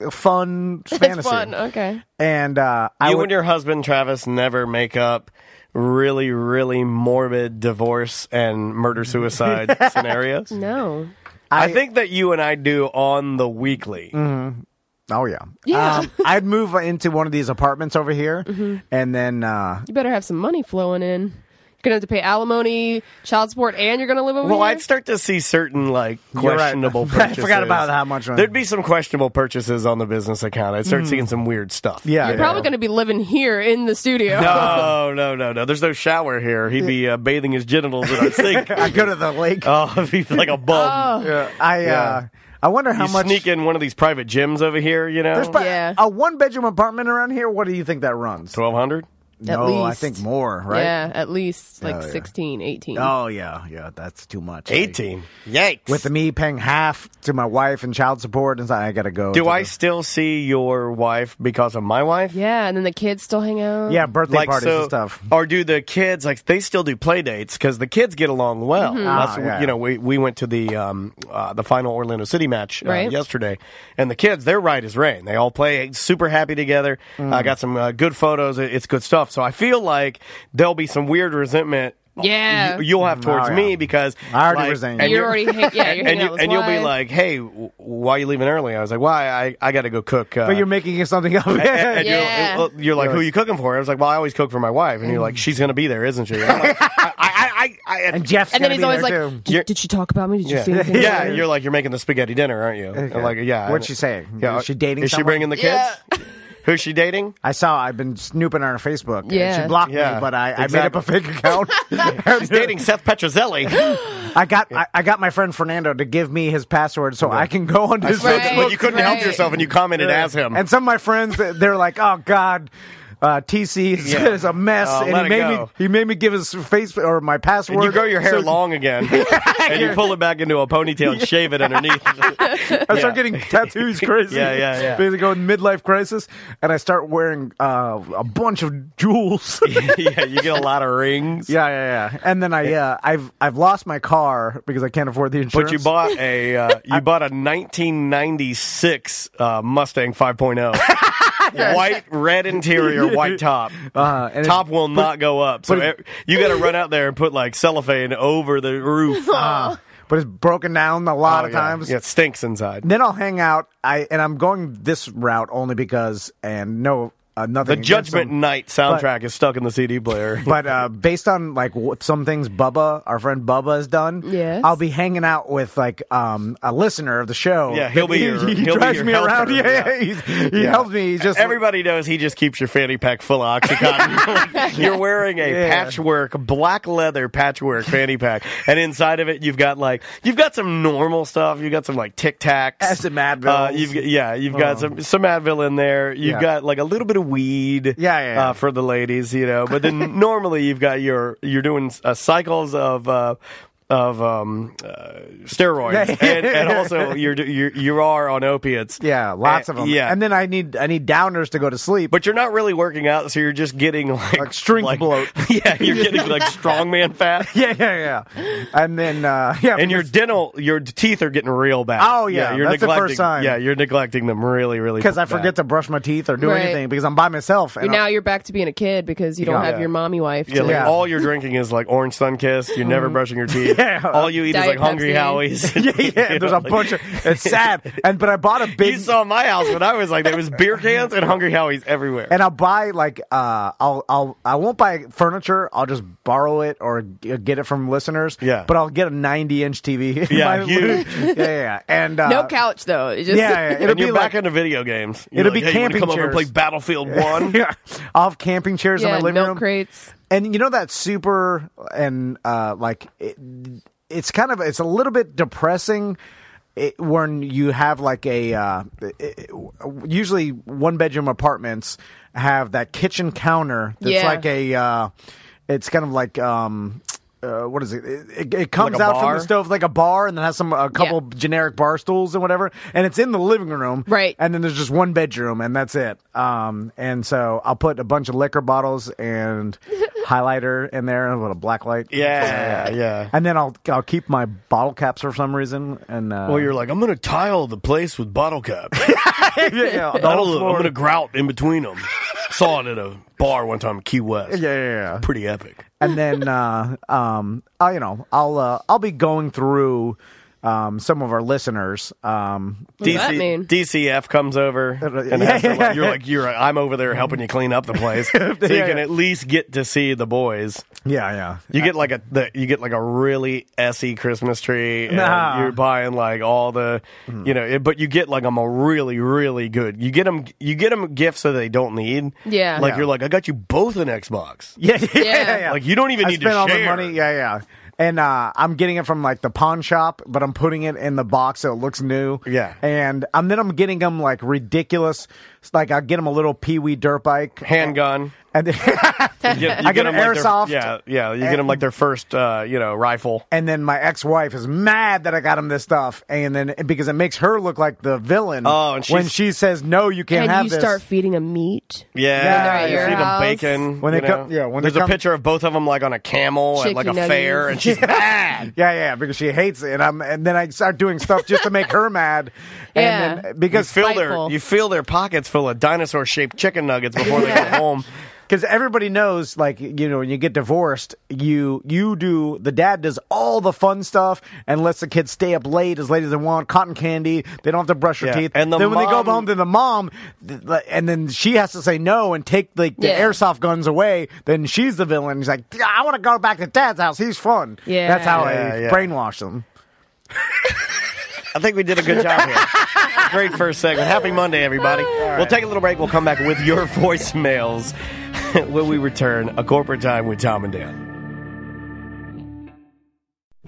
Speaker 1: yeah.
Speaker 3: a fun fantasy.
Speaker 6: It's fun. Okay.
Speaker 3: And uh, I
Speaker 1: you
Speaker 3: would,
Speaker 1: and your husband Travis never make up really really morbid divorce and
Speaker 3: Mm-hmm.
Speaker 1: murder suicide scenarios
Speaker 6: No.
Speaker 1: I, think that you and i do on the weekly
Speaker 3: Mm-hmm. Oh yeah.
Speaker 6: Yeah. Mm-hmm.
Speaker 3: Um, I'd move into one of these apartments over here, and then uh,
Speaker 6: You better have some money flowing in. You're gonna have to pay alimony, child support, and you're gonna live over
Speaker 1: well
Speaker 6: here.
Speaker 1: i'd start to see certain like
Speaker 3: right.
Speaker 1: questionable
Speaker 3: I forgot
Speaker 1: purchases
Speaker 3: about how much money.
Speaker 1: there'd be some questionable purchases on the business account i'd start seeing some weird stuff
Speaker 3: yeah,
Speaker 6: you're
Speaker 3: yeah.
Speaker 6: probably gonna be living here in the studio.
Speaker 1: no no no no there's no shower here he'd be uh, bathing his genitals in our sink
Speaker 3: I go to the lake.
Speaker 1: oh he'd be like a
Speaker 6: Oh.
Speaker 1: bum
Speaker 3: Yeah, I uh, I wonder how
Speaker 1: you
Speaker 3: much.
Speaker 1: sneak in one of these private gyms over here you know
Speaker 3: There's probably-
Speaker 6: Yeah.
Speaker 3: a one bedroom apartment around here. What do you think that runs?
Speaker 1: 1200
Speaker 6: At
Speaker 3: no, I
Speaker 6: least.
Speaker 3: think more. Right?
Speaker 6: Yeah, at least like
Speaker 3: Oh, yeah.
Speaker 6: sixteen, eighteen. 16, 18.
Speaker 3: Oh yeah, yeah. That's too much.
Speaker 1: 18 yikes
Speaker 3: With me paying half to my wife and child support, and so I gotta go.
Speaker 1: Do
Speaker 3: to
Speaker 1: I
Speaker 3: the-
Speaker 1: still see your wife because of my wife?
Speaker 6: Yeah, and then the kids still hang out.
Speaker 3: Yeah, birthday
Speaker 1: Like
Speaker 3: parties
Speaker 1: so, uh,
Speaker 3: and stuff.
Speaker 1: or do the kids like they still do play dates because the kids get along well? That's-
Speaker 3: Ah, yeah.
Speaker 1: You know, we, we went to the um, uh, the final Orlando City match uh,
Speaker 6: Right.
Speaker 1: yesterday, and the kids they're right as rain. They all play super happy together. I
Speaker 3: Mm.
Speaker 1: got some uh, good photos. It- It's good stuff. So I feel like there'll be some weird resentment.
Speaker 6: Yeah.
Speaker 1: Oh, you- you'll have towards
Speaker 3: Oh, yeah.
Speaker 1: me because
Speaker 3: I already
Speaker 1: like,
Speaker 3: resent
Speaker 1: and
Speaker 3: you.
Speaker 6: you're
Speaker 1: you're-
Speaker 6: already hang- yeah, you're hanging
Speaker 1: and,
Speaker 6: out
Speaker 1: you,
Speaker 6: with
Speaker 1: and you'll be
Speaker 6: wife.
Speaker 1: like, "Hey, w- why are you leaving early?" I was like, "Why? I, I got to go cook." Uh,
Speaker 3: But you're making it something up.
Speaker 1: and you're-
Speaker 6: Yeah.
Speaker 1: you're, like, who are you cooking for? I was like, well, I always cook for my wife. And you're
Speaker 3: Mm.
Speaker 1: like, she's going to be there, isn't she? I'm like, I, I, I, I,
Speaker 3: and Jeff's
Speaker 6: and then
Speaker 3: gonna
Speaker 6: he's
Speaker 3: be
Speaker 6: always
Speaker 3: there,
Speaker 6: like,
Speaker 3: too.
Speaker 1: You're-
Speaker 6: "Did- "Did she talk about me? Did you
Speaker 1: yeah.
Speaker 6: see anything?"
Speaker 1: yeah,
Speaker 6: about me?"
Speaker 1: you're like, you're making the spaghetti dinner, aren't you? And like, yeah.
Speaker 3: What'd she say? Is she dating
Speaker 1: Is she
Speaker 3: someone?
Speaker 1: bringing the kids? Who's she dating?
Speaker 3: I saw. I've been snooping on her Facebook. and
Speaker 6: Yeah.
Speaker 3: she blocked
Speaker 1: Yeah,
Speaker 3: me, but I, I made up
Speaker 1: exactly.
Speaker 3: a fake account.
Speaker 1: She's dating Seth Petrozelli.
Speaker 3: I got I, I got my friend Fernando to give me his password so I can go on his
Speaker 6: Right.
Speaker 3: Facebook.
Speaker 1: but you couldn't help
Speaker 6: right.
Speaker 1: yourself and you commented as him.
Speaker 3: And some of my friends, they're like, "Oh God, uh, TC is,
Speaker 1: Yeah.
Speaker 3: is a mess,"
Speaker 1: Oh,
Speaker 3: and
Speaker 1: let
Speaker 3: he
Speaker 1: it
Speaker 3: made
Speaker 1: go.
Speaker 3: me he made me give his face or my password.
Speaker 1: And you grow your hair
Speaker 3: So-
Speaker 1: long again, and you pull it back into a ponytail and shave it underneath.
Speaker 3: I
Speaker 1: Yeah.
Speaker 3: start getting tattoos crazy.
Speaker 1: Yeah, yeah, yeah.
Speaker 3: Basically, go in midlife crisis, and I start wearing uh, a bunch of jewels.
Speaker 1: yeah, you get a lot of rings.
Speaker 3: Yeah, yeah, yeah. And then I, uh, I've I've lost my car because I can't afford the insurance.
Speaker 1: But you bought a uh, you bought a 1996 uh, Mustang 5.0, white red interior, white top.
Speaker 3: uh, and it-
Speaker 1: top will not go up, so
Speaker 3: but-
Speaker 1: ev- you got to run out there and put like cellophane over the roof.
Speaker 3: uh, but it's broken down a lot
Speaker 1: Oh,
Speaker 3: of
Speaker 1: yeah.
Speaker 3: times.
Speaker 1: yeah, it stinks inside.
Speaker 3: Then I'll hang out. I and I'm going this route only because and no uh, nothing.
Speaker 1: The
Speaker 3: against
Speaker 1: Judgment
Speaker 3: them,
Speaker 1: Night
Speaker 3: but-
Speaker 1: soundtrack is stuck in the CD player.
Speaker 3: but uh, based on like what some things Bubba, our friend Bubba, has done,
Speaker 6: Yes.
Speaker 3: I'll be hanging out with like um, a listener of the show.
Speaker 1: Yeah, he'll be
Speaker 3: He-
Speaker 1: your-
Speaker 3: he,
Speaker 1: he'll be
Speaker 3: drives
Speaker 1: your
Speaker 3: me
Speaker 1: helper,
Speaker 3: around. Yeah,
Speaker 1: yeah.
Speaker 3: yeah, he's- he
Speaker 1: Yeah. E-,
Speaker 3: helps me. He's just
Speaker 1: Everybody knows he just keeps your fanny pack full of oxycontin. You're wearing a
Speaker 3: Yeah.
Speaker 1: patchwork, black leather patchwork fanny pack, and inside of it you've got like you've got some normal stuff. You've got some like Tic Tacs,
Speaker 3: Have some Advils.
Speaker 1: Uh, you've got, yeah, you've got
Speaker 3: Oh.
Speaker 1: some some Advil in there. You've
Speaker 3: Yeah.
Speaker 1: got like a little bit of weed,
Speaker 3: Yeah, yeah, yeah.
Speaker 1: Uh, for the ladies, you know. But then normally you've got your you're doing uh, cycles of. Uh, of um, uh, steroids,
Speaker 3: Yeah.
Speaker 1: and, and also you're, you're you are on opiates.
Speaker 3: yeah, lots
Speaker 1: And-
Speaker 3: of them.
Speaker 1: Yeah,
Speaker 3: and then I need I need downers to go to sleep.
Speaker 1: but you're not really working out, so you're just getting like,
Speaker 3: Like strength bloat.
Speaker 1: Yeah, you're getting like strongman fat,
Speaker 3: yeah, yeah, yeah. And then uh, yeah,
Speaker 1: and your dental, your teeth are getting real bad.
Speaker 3: Oh, yeah, that's the first
Speaker 1: neglecting.
Speaker 3: sign.
Speaker 1: Yeah, you're neglecting them really, really.
Speaker 3: because I forget
Speaker 1: bad.
Speaker 3: to brush my teeth or do
Speaker 6: Right.
Speaker 3: anything because I'm by myself. And
Speaker 6: You're- now
Speaker 3: I-
Speaker 6: you're back to being a kid because you don't
Speaker 3: Yeah.
Speaker 6: have your mommy wife.
Speaker 1: Yeah,
Speaker 6: to-
Speaker 1: like
Speaker 3: Yeah. Mm-hmm.
Speaker 1: all you're drinking is like orange sun kiss. You're never brushing your teeth.
Speaker 3: Yeah.
Speaker 1: all you eat is
Speaker 6: Diet
Speaker 1: like hungry
Speaker 6: Pepsi.
Speaker 1: howies.
Speaker 3: yeah, yeah. There's a bunch of it's sad. And but I bought a big
Speaker 1: You saw my house when I was like there was beer cans and hungry howies everywhere.
Speaker 3: and I'll buy like uh I'll I'll I won't buy furniture. I'll just borrow it or g- get it from listeners.
Speaker 1: Yeah.
Speaker 3: but I'll get a ninety inch TV.
Speaker 1: Yeah,
Speaker 3: My-
Speaker 1: huge.
Speaker 3: yeah, yeah, yeah. And uh,
Speaker 6: no couch though. It just,
Speaker 3: Yeah, yeah.
Speaker 1: And
Speaker 3: it'll be
Speaker 1: you're back
Speaker 3: like-
Speaker 1: into video games. You're
Speaker 3: It'll
Speaker 1: like, hey,
Speaker 3: be
Speaker 1: you wanna
Speaker 3: camping
Speaker 1: Come over and play
Speaker 3: chairs.
Speaker 1: Battlefield One.
Speaker 3: yeah, I'll have camping chairs
Speaker 6: yeah,
Speaker 3: in my living
Speaker 6: milk
Speaker 3: room.
Speaker 6: crates.
Speaker 3: And you know that super and uh like it, it's kind of it's a little bit depressing. It, when you have like a uh, it- it- usually one bedroom apartments have that kitchen counter that's
Speaker 6: Yeah.
Speaker 3: like a uh, it's kind of like um uh, what is it? It, it, it comes
Speaker 1: Like a
Speaker 3: out from
Speaker 1: bar?
Speaker 3: the stove like a bar, and then has some a couple generic bar stools and whatever, and it's in the living room,
Speaker 6: Right.
Speaker 3: And then there's just one bedroom, and that's it. Um, and so I'll put a bunch of liquor bottles and highlighter in there, and with a black light,
Speaker 1: Yeah, yeah.
Speaker 3: And then I'll I'll keep my bottle caps for some reason, and uh,
Speaker 1: Well, you're like, I'm going to tile the place with bottle caps.
Speaker 3: yeah, yeah, the
Speaker 1: I'm
Speaker 3: whole floor.
Speaker 1: going to grout in between them. Saw it at a bar one time in Key West.
Speaker 3: yeah, yeah, yeah.
Speaker 1: Pretty epic.
Speaker 3: and then uh, um, I, you know, I'll uh, I'll be going through um, some of our listeners. Um,
Speaker 6: What does that mean?
Speaker 1: DCF comes over, and
Speaker 3: Uh, yeah,
Speaker 1: has to, like-
Speaker 3: yeah,
Speaker 1: you're
Speaker 3: yeah.
Speaker 1: like, you're. I'm over there helping you clean up the place, so you
Speaker 3: Yeah,
Speaker 1: can
Speaker 3: yeah.
Speaker 1: at least get to see the boys.
Speaker 3: yeah, yeah.
Speaker 1: You get like a the, you get like a really essy Christmas tree, and
Speaker 3: Nah. Hmm.
Speaker 1: you're buying like all the, you know. It, but you get like them a really really good. You get them you get them gifts that they don't need.
Speaker 6: Yeah.
Speaker 1: like
Speaker 3: Yeah.
Speaker 1: you're like I got you both an Xbox.
Speaker 3: Yeah, yeah,
Speaker 6: Yeah.
Speaker 3: yeah. yeah.
Speaker 1: Like, you don't even
Speaker 3: I
Speaker 1: need to
Speaker 3: spent all
Speaker 1: share.
Speaker 3: the money. Yeah, yeah. And uh, I'm getting it from like the pawn shop, but I'm putting it in the box so it looks new.
Speaker 1: Yeah.
Speaker 3: And um, then I'm getting them like ridiculous. Like I'll get them a little Pee Wee dirt bike,
Speaker 1: Handgun.
Speaker 3: and then,
Speaker 1: You get, you
Speaker 3: I get
Speaker 1: them
Speaker 3: an
Speaker 1: like their-
Speaker 3: airsoft.
Speaker 1: yeah, yeah. You get them like their first, uh, you know, rifle.
Speaker 3: and then my ex wife is mad that I got him this stuff, and then because it makes her look like the villain.
Speaker 1: Oh, and
Speaker 3: when
Speaker 1: she's-
Speaker 3: she says no, you can't
Speaker 6: and
Speaker 3: have
Speaker 6: you
Speaker 3: this.
Speaker 6: start feeding them meat.
Speaker 1: Yeah,
Speaker 3: Yeah,
Speaker 1: you
Speaker 3: yeah.
Speaker 1: see them
Speaker 6: House.
Speaker 1: bacon.
Speaker 3: When
Speaker 1: you
Speaker 3: they come-
Speaker 1: know?
Speaker 3: yeah, when they
Speaker 1: there's a
Speaker 3: come-
Speaker 1: picture of both of them like on a camel at like a
Speaker 6: Chicken nuggets.
Speaker 1: fair, and she's mad.
Speaker 3: yeah, yeah, because she hates it, and I'm, and then I start doing stuff just to make her mad.
Speaker 6: Yeah.
Speaker 3: And then, because
Speaker 1: You feel their
Speaker 6: Spiteful.
Speaker 1: you feel their pockets full of dinosaur shaped chicken nuggets before they get
Speaker 6: Yeah.
Speaker 1: home.
Speaker 3: because everybody knows like you know when you get divorced you you do the dad does all the fun stuff and lets the kids stay up late as late as they want cotton candy they don't have to brush their
Speaker 1: Yeah,
Speaker 3: teeth
Speaker 1: and the
Speaker 3: then when they go
Speaker 1: mom-
Speaker 3: home to the mom th- like, and then she has to say no and take like the
Speaker 6: Yeah.
Speaker 3: airsoft guns away then she's the villain he's like i want to go back to dad's house he's fun
Speaker 6: Yeah.
Speaker 3: that's how
Speaker 1: Yeah,
Speaker 3: i
Speaker 1: yeah.
Speaker 3: brainwash them
Speaker 1: I think we did a good job here. Great first segment. Happy Monday, everybody. We'll take a little break. We'll come back with your voicemails when we return. A corporate time with Tom and Dan.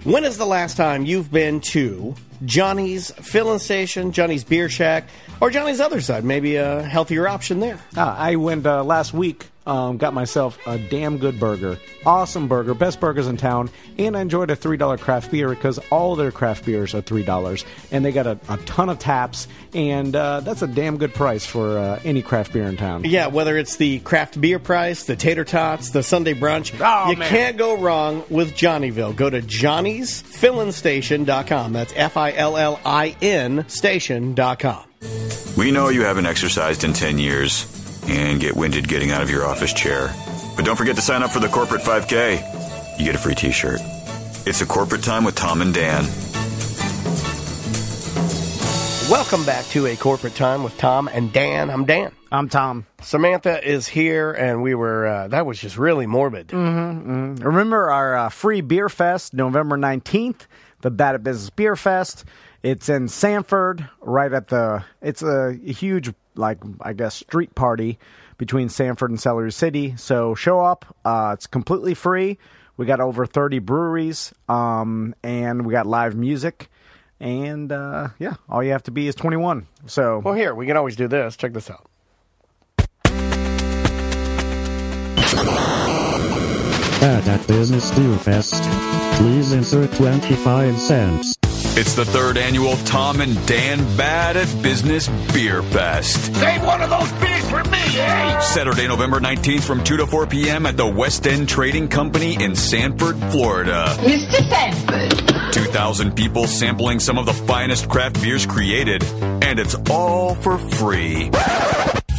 Speaker 1: When is the last time you've been to Johnny's Filling Station, Johnny's Beer Shack, or Johnny's Other Side? Maybe a healthier option there.
Speaker 3: Ah, I went uh, last week. Um, got myself a damn good burger, awesome burger, best burgers in town, and I enjoyed a three dollar craft beer because all their craft beers are three dollars, and they got a, a ton of taps, and uh, that's a damn good price for uh, any craft beer in town.
Speaker 1: Yeah, whether it's the craft beer price, the tater tots, the Sunday brunch,
Speaker 3: Oh,
Speaker 1: you
Speaker 3: man.
Speaker 1: can't go wrong with Johnnyville. Go to johnny'sfillinstation.com. That's F I L L I N station.com.
Speaker 4: We know you haven't exercised in 10 years and get winded getting out of your office chair. But don't forget to sign up for the Corporate 5K. You get a free t shirt. It's a corporate time with Tom and Dan.
Speaker 1: Welcome back to a corporate time with Tom and Dan. I'm Dan.
Speaker 3: I'm Tom.
Speaker 1: Samantha is here, and we were uh, that was just really morbid.
Speaker 3: Mhm. Remember our uh, free beer fest, November 19th, the Bad at Business Beer Fest. It's in Sanford, right at the, it's a huge, like, I guess, street party between Sanford and Celery City. So show up. Uh, it's completely free. We got over 30 breweries, um, and we got live music. And uh, yeah, all you have to be is 21. So,
Speaker 1: Well, here we can always do this. Check this out.
Speaker 7: Bad at Business Beer Fest. Please insert 25 cents.
Speaker 8: It's the third annual Tom and Dan Bad at Business Beer Fest.
Speaker 9: Save one of those beers for me, eh?
Speaker 8: Saturday, November 19th from 2 to 4 p.m. at the West End Trading Company in Sanford, Florida.
Speaker 9: Mr. Sanford.
Speaker 8: 2,000 people sampling some of the finest craft beers created, and it's all for free.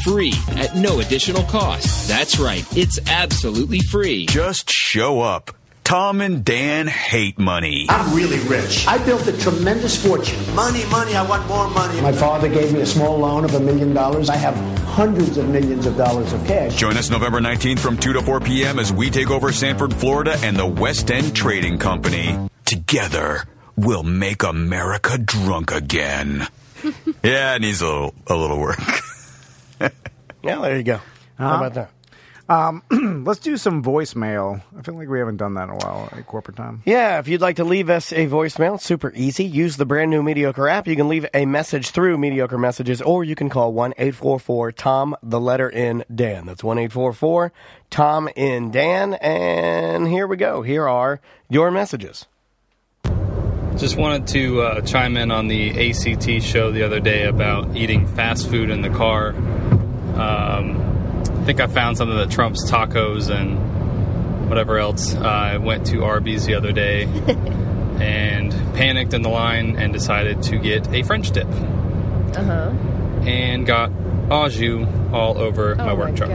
Speaker 10: Free at no additional cost. That's right. It's absolutely free.
Speaker 8: Just show up. Tom and Dan hate money.
Speaker 11: I'm really rich. I built a tremendous fortune. Money, money, I want more money. My father gave me a small loan of a million dollars. I have hundreds of millions of dollars of cash.
Speaker 8: Join us November 19th from 2 to 4 p.m. as we take over Sanford, Florida and the West End Trading Company. Together, we'll make America drunk again. yeah, it needs a little, a little work.
Speaker 1: yeah, there you go.
Speaker 3: Uh-huh.
Speaker 8: How
Speaker 1: about that?
Speaker 3: Um, let's do some voicemail. I feel like we haven't done that in a while at corporate time.
Speaker 1: Yeah, if you'd like to leave us a voicemail, it's super easy. Use the brand new Mediocre app. You can leave a message through Mediocre Messages, or you can call 1 844 Tom, the letter in Dan. That's 1 844 Tom in Dan. And here we go. Here are your messages.
Speaker 12: Just wanted to uh, chime in on the ACT show the other day about eating fast food in the car. Um, I think I found something that trumps tacos and whatever else. Uh, I went to Arby's the other day and panicked in the line and decided to get a French dip
Speaker 6: Uh huh.
Speaker 12: and got au jus all over
Speaker 6: Oh.
Speaker 12: my work truck.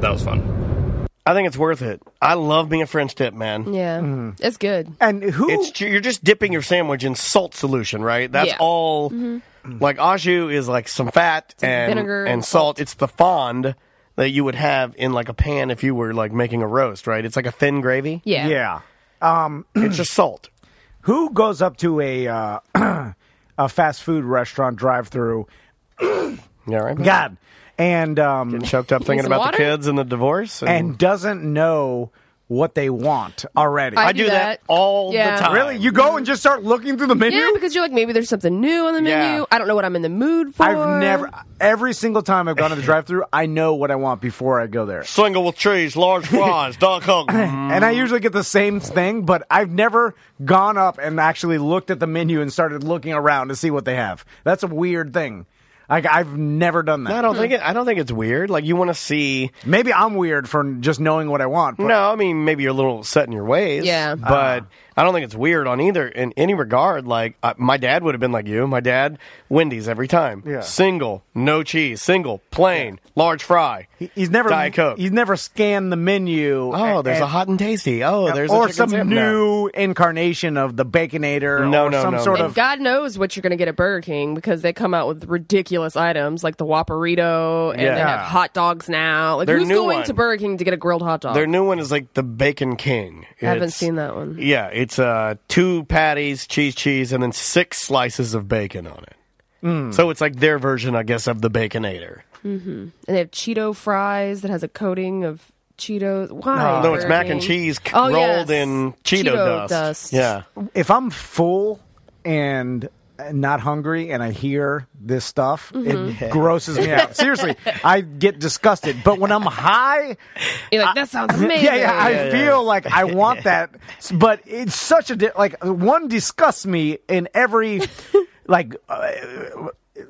Speaker 12: That was fun.
Speaker 1: I think it's worth it. I love being a French dip, man.
Speaker 6: Yeah.
Speaker 3: Mm.
Speaker 6: It's good.
Speaker 3: And who?
Speaker 1: It's ju- you're just dipping your sandwich in salt solution, right? That's
Speaker 6: Yeah.
Speaker 1: all.
Speaker 6: Mhm.
Speaker 1: Like au jus is like some fat
Speaker 6: like
Speaker 1: and
Speaker 6: vinegar
Speaker 1: and
Speaker 6: and
Speaker 1: salt. It's the fond that you would have in like a pan if you were like making a roast, right? It's like a thin gravy.
Speaker 6: Yeah.
Speaker 3: Yeah. Um,
Speaker 1: it's just salt.
Speaker 3: Who goes up to a uh, a fast food restaurant drive through?
Speaker 1: yeah, right.
Speaker 3: God, and um, getting
Speaker 1: choked up thinking about the kids and the divorce,
Speaker 3: and, doesn't know what they want already.
Speaker 6: I I do do that that. all the Yeah. time.
Speaker 3: Really, you go and just start looking through the menu.
Speaker 6: Yeah, because you're like maybe there's something new on the menu.
Speaker 3: Yeah.
Speaker 6: I don't know what I'm in the mood for.
Speaker 3: I've never, every single time I've gone to the drive-through, I know what I want before I go there.
Speaker 1: Single with cheese, large fries, dog hug.
Speaker 3: Mm. and I usually get the same thing, but I've never gone up and actually looked at the menu and started looking around to see what they have. That's a weird thing. Like I've never done that.
Speaker 1: I don't think it, I don't think it's weird. Like you want to see.
Speaker 3: Maybe I'm weird for just knowing what I want.
Speaker 1: No, I mean maybe you're a little set in your ways.
Speaker 3: Yeah.
Speaker 1: but I don't think it's weird on either in any regard. Like uh, my dad would have been like you. My dad, Wendy's every time.
Speaker 3: Yeah.
Speaker 1: single, no cheese, single, plain, large fry.
Speaker 3: He's never
Speaker 1: Diet Coke.
Speaker 3: He's never scanned the menu.
Speaker 1: Oh,
Speaker 3: and-
Speaker 1: there's a
Speaker 3: and-
Speaker 1: hot and tasty. Oh, there's a
Speaker 3: or
Speaker 1: chicken
Speaker 3: some
Speaker 1: sandwich.
Speaker 3: new incarnation of the Baconator.
Speaker 1: No,
Speaker 3: or
Speaker 1: no,
Speaker 3: some
Speaker 1: no,
Speaker 3: sort
Speaker 1: no.
Speaker 3: of.
Speaker 6: God knows what you're going to get at Burger King because they come out with ridiculous items like the Whopperito and they
Speaker 1: Yeah.
Speaker 6: have hot dogs now. Like
Speaker 1: Their
Speaker 6: who's
Speaker 1: new
Speaker 6: going
Speaker 1: one.
Speaker 6: to Burger King to get a grilled hot dog?
Speaker 1: Their new one is like the Bacon King.
Speaker 6: I haven't
Speaker 1: It's-
Speaker 6: seen that one.
Speaker 1: Yeah, it's uh, two patties, cheese, cheese, and then six slices of bacon on it.
Speaker 3: Hmm.
Speaker 1: So it's like their version, I guess, of the Baconator.
Speaker 6: Mm-hmm. And they have Cheeto fries that has a coating of Cheetos. Why?
Speaker 1: No, it's
Speaker 6: Burger
Speaker 1: mac and
Speaker 6: King?
Speaker 1: cheese c-
Speaker 6: Oh,
Speaker 1: rolled
Speaker 6: yes.
Speaker 1: in Cheeto, dust. Yeah.
Speaker 3: If I'm full and not hungry and I hear this stuff,
Speaker 6: Mhm.
Speaker 3: it grosses me out. Seriously, I get disgusted. But when I'm high,
Speaker 6: You're like, that sounds amazing.
Speaker 3: Yeah, yeah. I feel like I want that, S- but it's such a di- like one disgusts me in every like uh,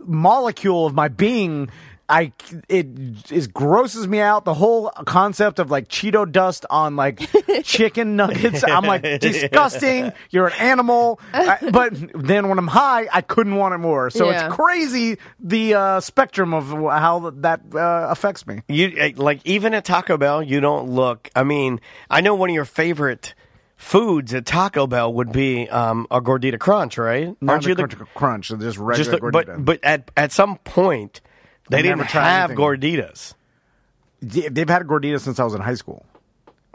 Speaker 3: molecule of my being. I c- it is grosses me out the whole concept of like Cheeto dust on like chicken nuggets. I'm like disgusting. You're an animal. I- but then when I'm high, I couldn't want it more. So
Speaker 1: Yeah.
Speaker 3: it's crazy the uh, spectrum of wh- how that uh, affects me.
Speaker 1: You eh, like even at Taco Bell, you don't look. I mean, I know one of your favorite foods at Taco Bell would be um, a gordita crunch, right?
Speaker 3: Not
Speaker 1: Aren't
Speaker 3: a
Speaker 1: you
Speaker 3: crunch, crunch, just
Speaker 1: just
Speaker 3: regular
Speaker 1: the- But,
Speaker 3: gordita.
Speaker 1: but at at some point, they
Speaker 3: I've
Speaker 1: didn't
Speaker 3: never tried
Speaker 1: have
Speaker 3: anything.
Speaker 1: gorditas.
Speaker 3: Yeah, They've had gorditas since I was in high school.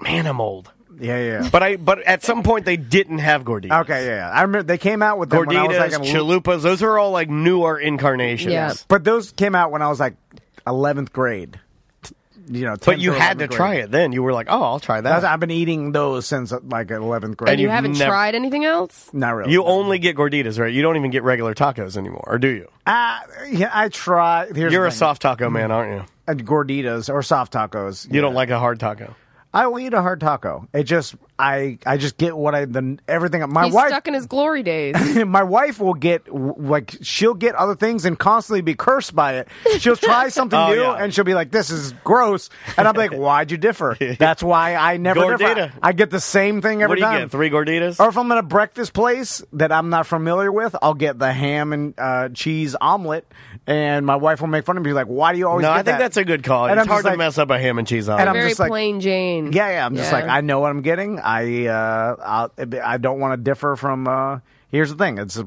Speaker 1: Man, I'm old.
Speaker 3: Yeah, yeah.
Speaker 1: But I but at some point they didn't have gorditas.
Speaker 3: Okay, yeah, yeah. I remember they came out with them when I was
Speaker 1: Gorditas,
Speaker 3: like a l-
Speaker 1: chalupas, those are all like newer incarnations.
Speaker 3: But those came out when I was like 11th grade. T- You know,
Speaker 1: But you had to try it then. You were like, "Oh, I'll try that."
Speaker 3: I've been eating those since uh, like 11th grade.
Speaker 6: And you haven't tried anything else?
Speaker 3: Not really.
Speaker 1: You only get gorditas, right? You don't even get regular tacos anymore, or do you?
Speaker 3: Uh, yeah, I try. Here's
Speaker 1: You're
Speaker 3: the
Speaker 1: a
Speaker 3: thing.
Speaker 1: soft taco man, aren't you?
Speaker 3: And gorditas or soft tacos.
Speaker 1: You don't like a hard taco.
Speaker 3: I will eat a hard taco. It just I I just get what I the everything. My
Speaker 6: He's
Speaker 3: wife
Speaker 6: stuck in his glory days.
Speaker 3: my wife will get w- like she'll get other things and constantly be cursed by it. She'll try something
Speaker 1: Oh,
Speaker 3: new
Speaker 1: yeah.
Speaker 3: and she'll be like, "This is gross," and I'm like, "Why'd you differ?" That's why I never
Speaker 1: Gordita.
Speaker 3: differ. I get the same thing
Speaker 1: What
Speaker 3: every
Speaker 1: do you
Speaker 3: time.
Speaker 1: get? Three gorditas?
Speaker 3: Or if I'm at a breakfast place that I'm not familiar with, I'll get the ham and uh, cheese omelet, and my wife will make fun of me, like, "Why do you always?"
Speaker 1: No,
Speaker 3: get
Speaker 1: I think
Speaker 3: that?"
Speaker 1: that's a good call.
Speaker 3: And
Speaker 1: it's
Speaker 3: I'm just
Speaker 1: hard to
Speaker 3: like-
Speaker 1: mess up a ham and cheese omelet.
Speaker 3: And I'm
Speaker 6: Very
Speaker 3: just like,
Speaker 6: plain Jane.
Speaker 3: yeah, yeah. I'm just like,
Speaker 6: Yeah.
Speaker 3: I know what I'm getting. I uh, I'll, I don't want to differ from. Uh, here's the thing. It's uh,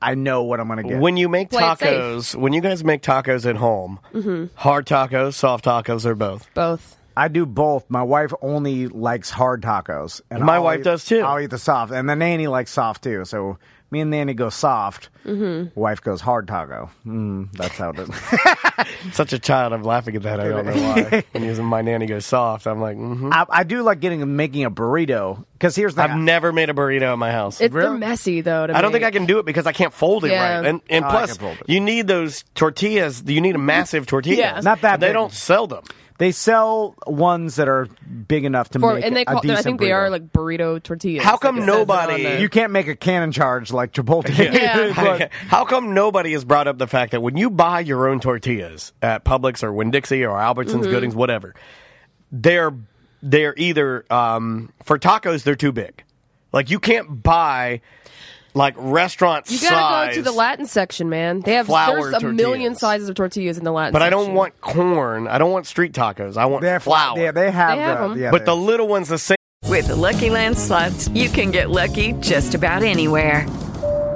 Speaker 3: I know what I'm going to get.
Speaker 1: When you make
Speaker 3: Play it safe.
Speaker 1: tacos, when you guys make tacos at home,
Speaker 3: Mhm.
Speaker 1: hard tacos, soft tacos, or both?
Speaker 6: Both.
Speaker 3: I do both. My wife only likes hard tacos, and
Speaker 1: My
Speaker 3: I'll
Speaker 1: wife
Speaker 3: eat-
Speaker 1: does, too.
Speaker 3: I'll eat the soft, and the nanny likes soft too. So me and nanny go soft.
Speaker 6: Mhm.
Speaker 3: Wife goes hard taco. Mm, that's how it is.
Speaker 1: Such a child, I'm laughing at that. I don't know why. when using my nanny goes soft, I'm like, mm-hmm.
Speaker 3: I, I do like getting making a burrito because here's the
Speaker 1: I've never made a burrito at my house.
Speaker 6: It's they're messy though. To
Speaker 1: I don't think I
Speaker 6: make.
Speaker 1: can do it because I can't fold it
Speaker 6: Yeah.
Speaker 1: right. And and
Speaker 3: Oh, I
Speaker 1: plus,
Speaker 3: can fold it.
Speaker 1: you need those tortillas. You need a massive tortilla.
Speaker 6: Yeah.
Speaker 3: Not that
Speaker 1: they
Speaker 3: big.
Speaker 1: don't sell them.
Speaker 3: They sell ones that are big enough to
Speaker 6: For,
Speaker 3: make
Speaker 6: and they
Speaker 3: a
Speaker 6: call. I
Speaker 3: decent
Speaker 6: think they
Speaker 3: burrito.
Speaker 6: are like burrito tortillas.
Speaker 1: How
Speaker 6: Like,
Speaker 1: come
Speaker 6: it says it on
Speaker 1: nobody-
Speaker 6: the-
Speaker 3: You can't make a cannon charge like Chipotle.
Speaker 1: Yeah. How come nobody has brought up the fact that when you buy your own tortillas at Publix or Winn Dixie or Albertsons,
Speaker 6: Mhm.
Speaker 1: Goodings, whatever, they're they're either um, for tacos they're too big. Like you can't buy like restaurant
Speaker 6: You gotta
Speaker 1: size.
Speaker 6: go to the Latin section, man. They have
Speaker 1: flour
Speaker 6: there's a million
Speaker 1: tortillas.
Speaker 6: sizes of tortillas in the Latin.
Speaker 1: but I don't
Speaker 6: section.
Speaker 1: want corn. I don't want street tacos. I want flour.
Speaker 3: Yeah, they have.
Speaker 6: They have the- 'em. yeah,
Speaker 1: but
Speaker 3: they-
Speaker 1: the little ones the same.
Speaker 13: With the Lucky Land slots, you can get lucky just about anywhere.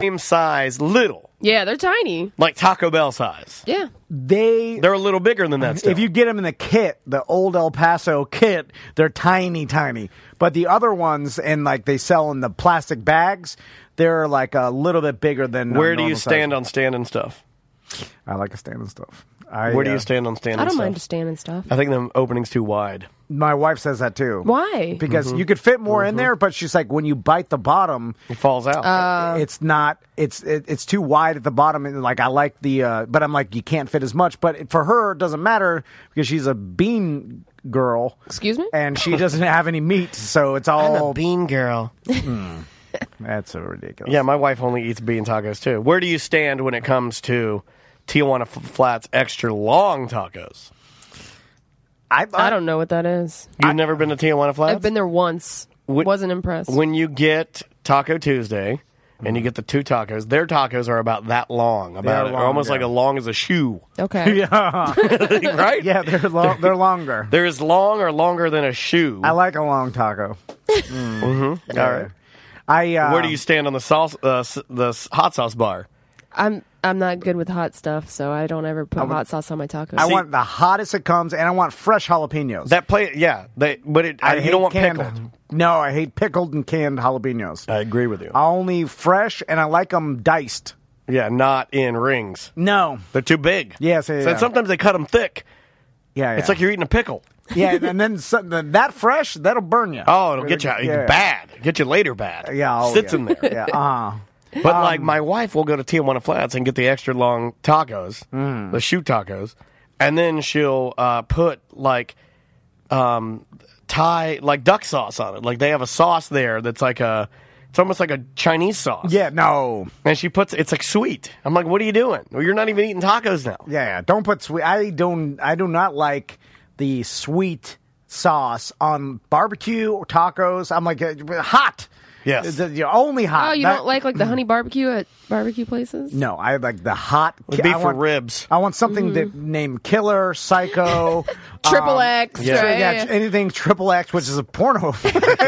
Speaker 1: same size, little,
Speaker 6: Yeah, they're tiny.
Speaker 1: like Taco Bell size.
Speaker 6: Yeah.
Speaker 3: They
Speaker 1: they're a little bigger than that. Still.
Speaker 3: If you get them in the kit, the old El Paso kit, they're tiny, tiny. But the other ones, and like they sell in the plastic bags, they're like a little bit bigger than. a
Speaker 1: Where do you
Speaker 3: normal size.
Speaker 1: stand on standing stuff?
Speaker 3: I like a standing stuff. I,
Speaker 1: Where do
Speaker 3: uh,
Speaker 1: you stand on standing
Speaker 6: I don't
Speaker 1: stuff?
Speaker 6: mind standing stuff.
Speaker 1: I think the opening's too wide.
Speaker 3: My wife says that too.
Speaker 6: Why?
Speaker 3: Because
Speaker 1: Mm-hmm.
Speaker 3: you could fit more in there, but she's like, when you bite the bottom,
Speaker 1: it falls out.
Speaker 6: Uh,
Speaker 3: it's not. It's it, it's too wide at the bottom. And like I like the, uh, but I'm like you can't fit as much. But for her, it doesn't matter because she's a bean girl.
Speaker 6: Excuse me.
Speaker 3: And she doesn't have any meat, so it's all
Speaker 1: bean girl.
Speaker 3: That's so ridiculous.
Speaker 1: Yeah, my wife only eats bean tacos too. Where do you stand when it comes to Tijuana F- Flats extra long tacos?
Speaker 3: I,
Speaker 6: I don't know what that is.
Speaker 1: You've never been to Tijuana Flats?
Speaker 6: I've been there once. Wasn't impressed.
Speaker 1: When you get Taco Tuesday and you
Speaker 3: Mm-hmm.
Speaker 1: get the two tacos, their tacos are about that long, about
Speaker 3: long,
Speaker 1: almost
Speaker 3: yeah.
Speaker 1: like as long as a shoe.
Speaker 6: okay.
Speaker 3: yeah.
Speaker 1: right?
Speaker 3: Yeah, they're long, they're longer.
Speaker 1: They're as long or longer than a shoe.
Speaker 3: I like a long taco.
Speaker 1: Mm-hmm. All right.
Speaker 3: I uh,
Speaker 1: Where do you stand on the sauce, uh, s- the s- hot sauce bar?
Speaker 6: I'm I'm not good with hot stuff, so I don't ever put hot sauce on my tacos.
Speaker 3: I want the hottest it comes, and I want fresh jalapenos.
Speaker 1: That play, yeah, they, but it,
Speaker 3: I
Speaker 1: I, you don't want
Speaker 3: hate
Speaker 1: pickled. Uh,
Speaker 3: canned- No, I hate pickled and canned jalapenos.
Speaker 1: I agree with you.
Speaker 3: I only fresh, and I like them diced.
Speaker 1: Yeah, not in rings.
Speaker 3: No.
Speaker 1: They're too big.
Speaker 3: Yes, yeah,
Speaker 1: So
Speaker 3: yeah.
Speaker 1: sometimes they cut them thick.
Speaker 3: Yeah, yeah.
Speaker 1: It's like you're eating a pickle.
Speaker 3: yeah, and then some, the, that fresh that'll burn you.
Speaker 1: Oh, it'll get you
Speaker 3: Yeah.
Speaker 1: bad. Get you later bad.
Speaker 3: Yeah, oh,
Speaker 1: sits
Speaker 3: yeah.
Speaker 1: in there.
Speaker 3: Yeah, uh,
Speaker 1: But like my wife will go to Tijuana Flats and get the extra long tacos,
Speaker 3: Mm.
Speaker 1: the shoe tacos, and then she'll uh, put like um, Thai like duck sauce on it. Like they have a sauce there that's like a It's almost like a Chinese sauce.
Speaker 3: Yeah, no.
Speaker 1: And she puts it's like sweet. I'm like, what are you doing? Well, you're not even eating tacos now.
Speaker 3: Yeah, don't put sweet. I don't. I do not like the sweet sauce on barbecue or tacos. I'm like uh, hot.
Speaker 1: Yes.
Speaker 3: The- the- only hot.
Speaker 6: Oh, you
Speaker 3: That-
Speaker 6: don't like like the honey barbecue at barbecue places?
Speaker 3: No, I like the hot
Speaker 1: Would be
Speaker 3: I
Speaker 1: for
Speaker 3: want-
Speaker 1: ribs.
Speaker 3: I want something that named Killer, Psycho,
Speaker 6: Mm-hmm. Triple X,
Speaker 3: Yeah,
Speaker 6: right?
Speaker 3: yeah, anything Triple X, which is a porno,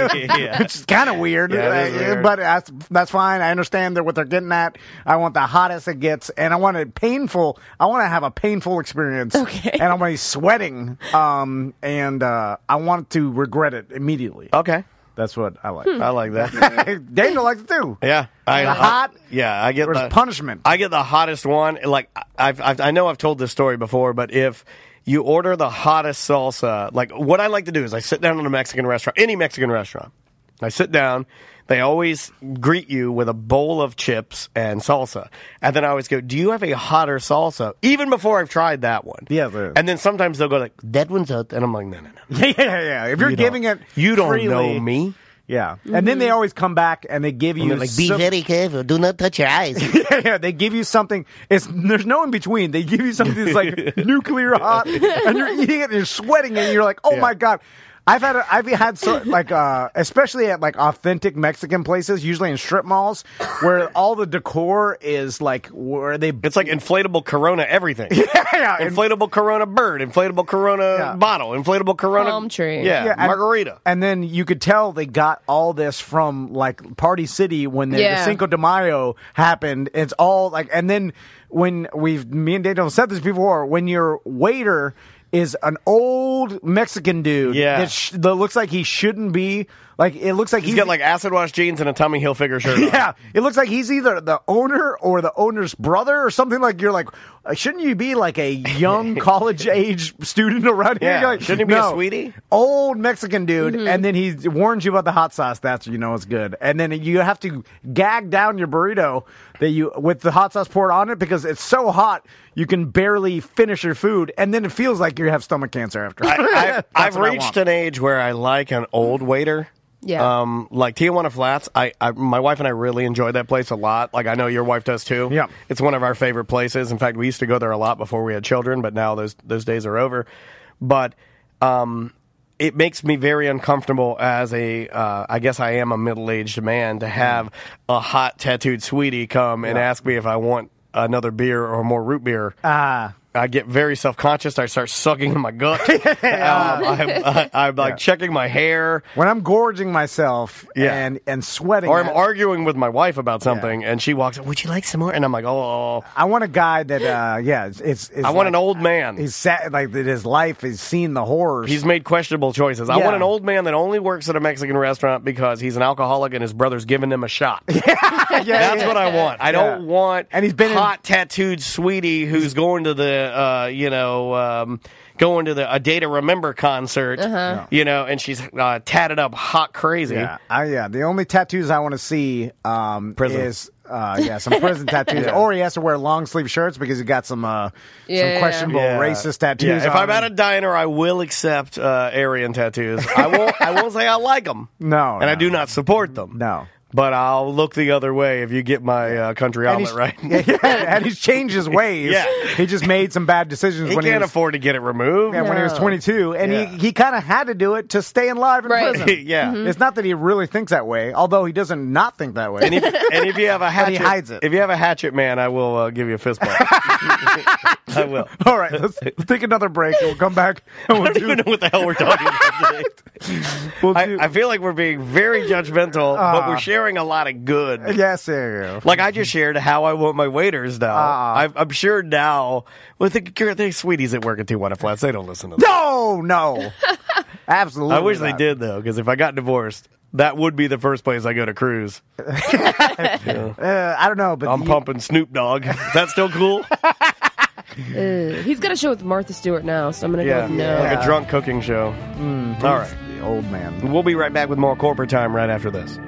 Speaker 3: which is kind of weird.
Speaker 1: Yeah, it is
Speaker 3: Uh,
Speaker 1: weird.
Speaker 3: But that's, that's fine. I understand that what they're getting at. I want the hottest it gets, and I want it painful. I want to have a painful experience. Okay. And I'm going to be sweating, um, and uh, I want to regret it immediately.
Speaker 1: Okay.
Speaker 3: That's what I like.
Speaker 1: I like that.
Speaker 3: Daniel likes it too.
Speaker 1: Yeah, I, uh,
Speaker 3: The hot
Speaker 1: Yeah, I get
Speaker 3: versus
Speaker 1: the
Speaker 3: punishment.
Speaker 1: I get the hottest one. Like I've, I've, I know I've told this story before, but if you order the hottest salsa, like what I like to do is I sit down in a Mexican restaurant, any Mexican restaurant. I sit down. They always greet you with a bowl of chips and salsa, and then I always go, "Do you have a hotter salsa?" Even before I've tried that one.
Speaker 3: Yeah, there is.
Speaker 1: And then sometimes they'll go like, "That one's hot," and I'm like, "No, no, no."
Speaker 3: Yeah, yeah, yeah. If you're
Speaker 1: You don't-
Speaker 3: giving it,
Speaker 1: you don't
Speaker 3: freely-
Speaker 1: know me.
Speaker 3: Yeah, and then they always come back and they give
Speaker 1: And
Speaker 3: you
Speaker 1: they're like, "Be very
Speaker 3: careful. Do not touch your eyes." yeah, yeah. They give you something. It's there's no in between. They give you something that's like nuclear hot, and you're eating it and you're sweating and you're like, "Oh my god." I've had a, I've had so, like uh, especially at like authentic Mexican places, usually in strip malls, where all the decor is like where they
Speaker 1: It's like inflatable Corona everything. Yeah,
Speaker 3: yeah.
Speaker 1: Inflatable Corona bird, inflatable Corona bottle, inflatable Corona
Speaker 6: Palm tree.
Speaker 1: Yeah,
Speaker 3: and-
Speaker 1: margarita.
Speaker 3: And, then you could tell they got all this from like Party City when the, the
Speaker 6: Yeah.
Speaker 3: Cinco de Mayo happened. It's all like, and then when we've me and Daniel said this before, when your waiter is an old Mexican dude,
Speaker 1: Yeah.
Speaker 3: that, sh- that looks like he shouldn't be. Like it looks like
Speaker 1: He's got like acid wash jeans and a Tommy Hilfiger shirt. on.
Speaker 3: yeah, it looks like he's either the owner or the owner's brother or something. Like you're like, uh, shouldn't you be like a young college age student around here?
Speaker 1: Yeah,
Speaker 3: You're like,
Speaker 1: shouldn't he be a sweetie?
Speaker 3: Old Mexican dude,
Speaker 1: Mhm.
Speaker 3: and then he warns you about the hot sauce. That's when you know it's good, and then you have to gag down your burrito that you with the hot sauce poured on it because it's so hot you can barely finish your food, and then it feels like you have stomach cancer after.
Speaker 1: I,
Speaker 3: That's
Speaker 1: I've, I've
Speaker 3: what I
Speaker 1: reached
Speaker 3: want.
Speaker 1: an age where I like an old waiter.
Speaker 6: Yeah.
Speaker 1: Um, like Tijuana Flats, I, I my wife and I really enjoy that place a lot. Like I know your wife does too. Yeah. It's one of our favorite places. In fact, we used to go there a lot before we had children, but now those those days are over. But um it makes me very uncomfortable as a, uh, I guess I am a middle aged man to have a hot tattooed sweetie come and ask me if I want another beer or more root beer.
Speaker 3: Ah.
Speaker 1: I get very self conscious. I start sucking in my gut. Uh, I'm, I, I'm like checking my hair.
Speaker 3: When I'm gorging myself
Speaker 1: Yeah.
Speaker 3: and and sweating,
Speaker 1: Or I'm
Speaker 3: at-
Speaker 1: arguing with my wife about something, and she walks up, Would you like some more? And I'm like, Oh,
Speaker 3: I want a guy that, uh, yeah, it's. it's, it's
Speaker 1: I want an old man.
Speaker 3: He's sat like that. His life has seen the horrors.
Speaker 1: He's made questionable choices. I
Speaker 3: Yeah.
Speaker 1: want an old man that only works at a Mexican restaurant because he's an alcoholic and his brother's giving him a shot. That's what I want. I don't want and he's been hot tattooed sweetie who's going to the uh, you know um, going to the a day to remember concert.
Speaker 6: Uh-huh. Yeah.
Speaker 1: You know, and she's uh, tatted up hot crazy.
Speaker 3: Yeah, I, yeah. The only tattoos I want to see um,
Speaker 1: Prison.
Speaker 3: is uh, yeah, some prison tattoos,
Speaker 1: Yeah.
Speaker 3: or he has to wear long sleeve shirts because he got some uh, some questionable
Speaker 1: Yeah.
Speaker 3: racist tattoos.
Speaker 1: Yeah, If
Speaker 3: on
Speaker 1: I'm at
Speaker 3: him.
Speaker 1: a diner, I will accept uh, Aryan tattoos. I won't. I won't say I like them.
Speaker 3: no,
Speaker 1: and I do not support them.
Speaker 3: No.
Speaker 1: But I'll look the other way if you get my uh, country
Speaker 3: And
Speaker 1: outlet
Speaker 3: he's,
Speaker 1: right.
Speaker 3: yeah, yeah, and he's changed his ways.
Speaker 1: Yeah.
Speaker 3: he just made some bad decisions.
Speaker 1: He
Speaker 3: when
Speaker 1: can't
Speaker 3: he was,
Speaker 1: afford to get it removed.
Speaker 3: Yeah, when he was 22, and he, he kind of had to do it to stay alive in
Speaker 1: Right.
Speaker 3: prison.
Speaker 1: Yeah. Mhm.
Speaker 3: it's not that he really thinks that way, although he doesn't not think that way.
Speaker 1: And if, and if you have a
Speaker 3: But
Speaker 1: hatchet,
Speaker 3: he hides it.
Speaker 1: If you have a hatchet, man, I will uh, give you a fist bump. I will.
Speaker 3: All right, let's take another break. We'll come back. And we'll
Speaker 1: I don't even know what the hell we're talking about today. I, I feel like we're being very judgmental, but
Speaker 3: Ah.
Speaker 1: we're sharing a lot of good.
Speaker 3: Yes, yeah.
Speaker 1: Like I just shared how I want my waiters now.
Speaker 3: Ah.
Speaker 1: I've, I'm sure now with the, the sweeties that work at Tijuana Flats, they don't listen to this.
Speaker 3: No, no, absolutely.
Speaker 1: I wish
Speaker 3: not.
Speaker 1: they did though, because if I got divorced, that would be the first place I go to cruise. Yeah.
Speaker 3: Uh, I don't know, but
Speaker 1: I'm
Speaker 3: you-
Speaker 1: pumping Snoop Dogg. Is that still cool?
Speaker 6: Ugh. He's got a show with Martha Stewart now, so I'm gonna go with no.
Speaker 1: like a drunk cooking show.
Speaker 3: Hmm.
Speaker 1: All right,
Speaker 3: the old man.
Speaker 1: We'll be right back with more corporate time right after this.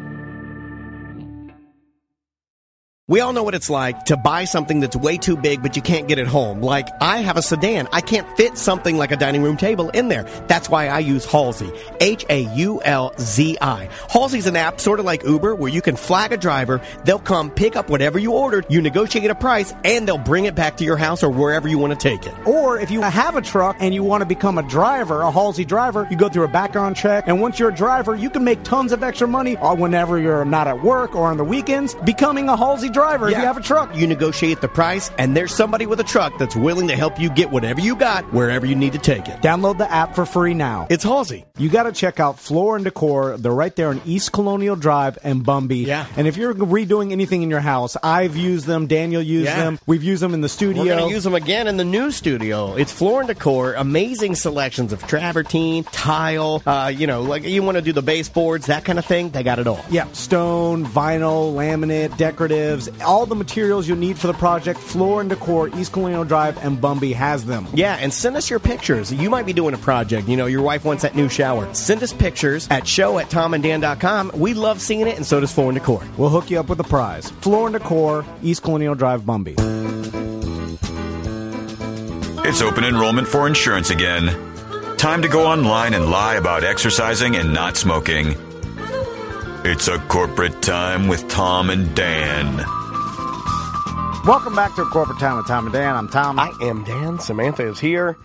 Speaker 1: We all know what it's like to buy something that's way too big, but you can't get it home. Like, I have a sedan. I can't fit something like a dining room table in there. That's why I use Halsey. H-A-U-L-Z-I. Halsey's an app sort of like Uber where you can flag a driver. They'll come pick up whatever you ordered. You negotiate a price and they'll bring it back to your house or wherever you want to take it.
Speaker 3: Or if you have a truck and you want to become a driver, a Halsey driver, you go through a background check. And once you're a driver, you can make tons of extra money uh, whenever you're not at work or on the weekends becoming a Halsey driver if you have a truck.
Speaker 1: You negotiate the price, and there's somebody with a truck that's willing to help you get whatever you got wherever you need to take it.
Speaker 3: Download the app for free now.
Speaker 1: It's Halsey.
Speaker 3: You got to check out Floor and Decor. They're right there on East Colonial Drive and Bumby.
Speaker 1: Yeah.
Speaker 3: And if you're redoing anything in your house, I've used them. Daniel used
Speaker 1: Yeah.
Speaker 3: them. We've used them in the studio.
Speaker 1: We're going to use them again in the new studio. It's floor and decor, amazing selections of travertine, tile, uh, you know, like you want to do the baseboards, that kind of thing. They got it all.
Speaker 3: Yeah, stone, vinyl, laminate, decoratives, all the materials you'll need for the project. Floor and Decor, East Colonial Drive, and Bumby has them.
Speaker 1: Yeah, and send us your pictures. You might be doing a project. You know, your wife wants that new shower. Send us pictures at show at tomanddan.com. We love seeing it, and so does Floor and Decor.
Speaker 3: We'll hook you up with a prize. Floor and Decor, East Colonial Drive, Bumby.
Speaker 8: It's open enrollment for insurance again. Time to go online and lie about exercising and not smoking. It's a corporate time with Tom and Dan.
Speaker 3: Welcome back to Corporate Time with Tom and Dan. I'm Tom.
Speaker 14: I am Dan. Samantha is here,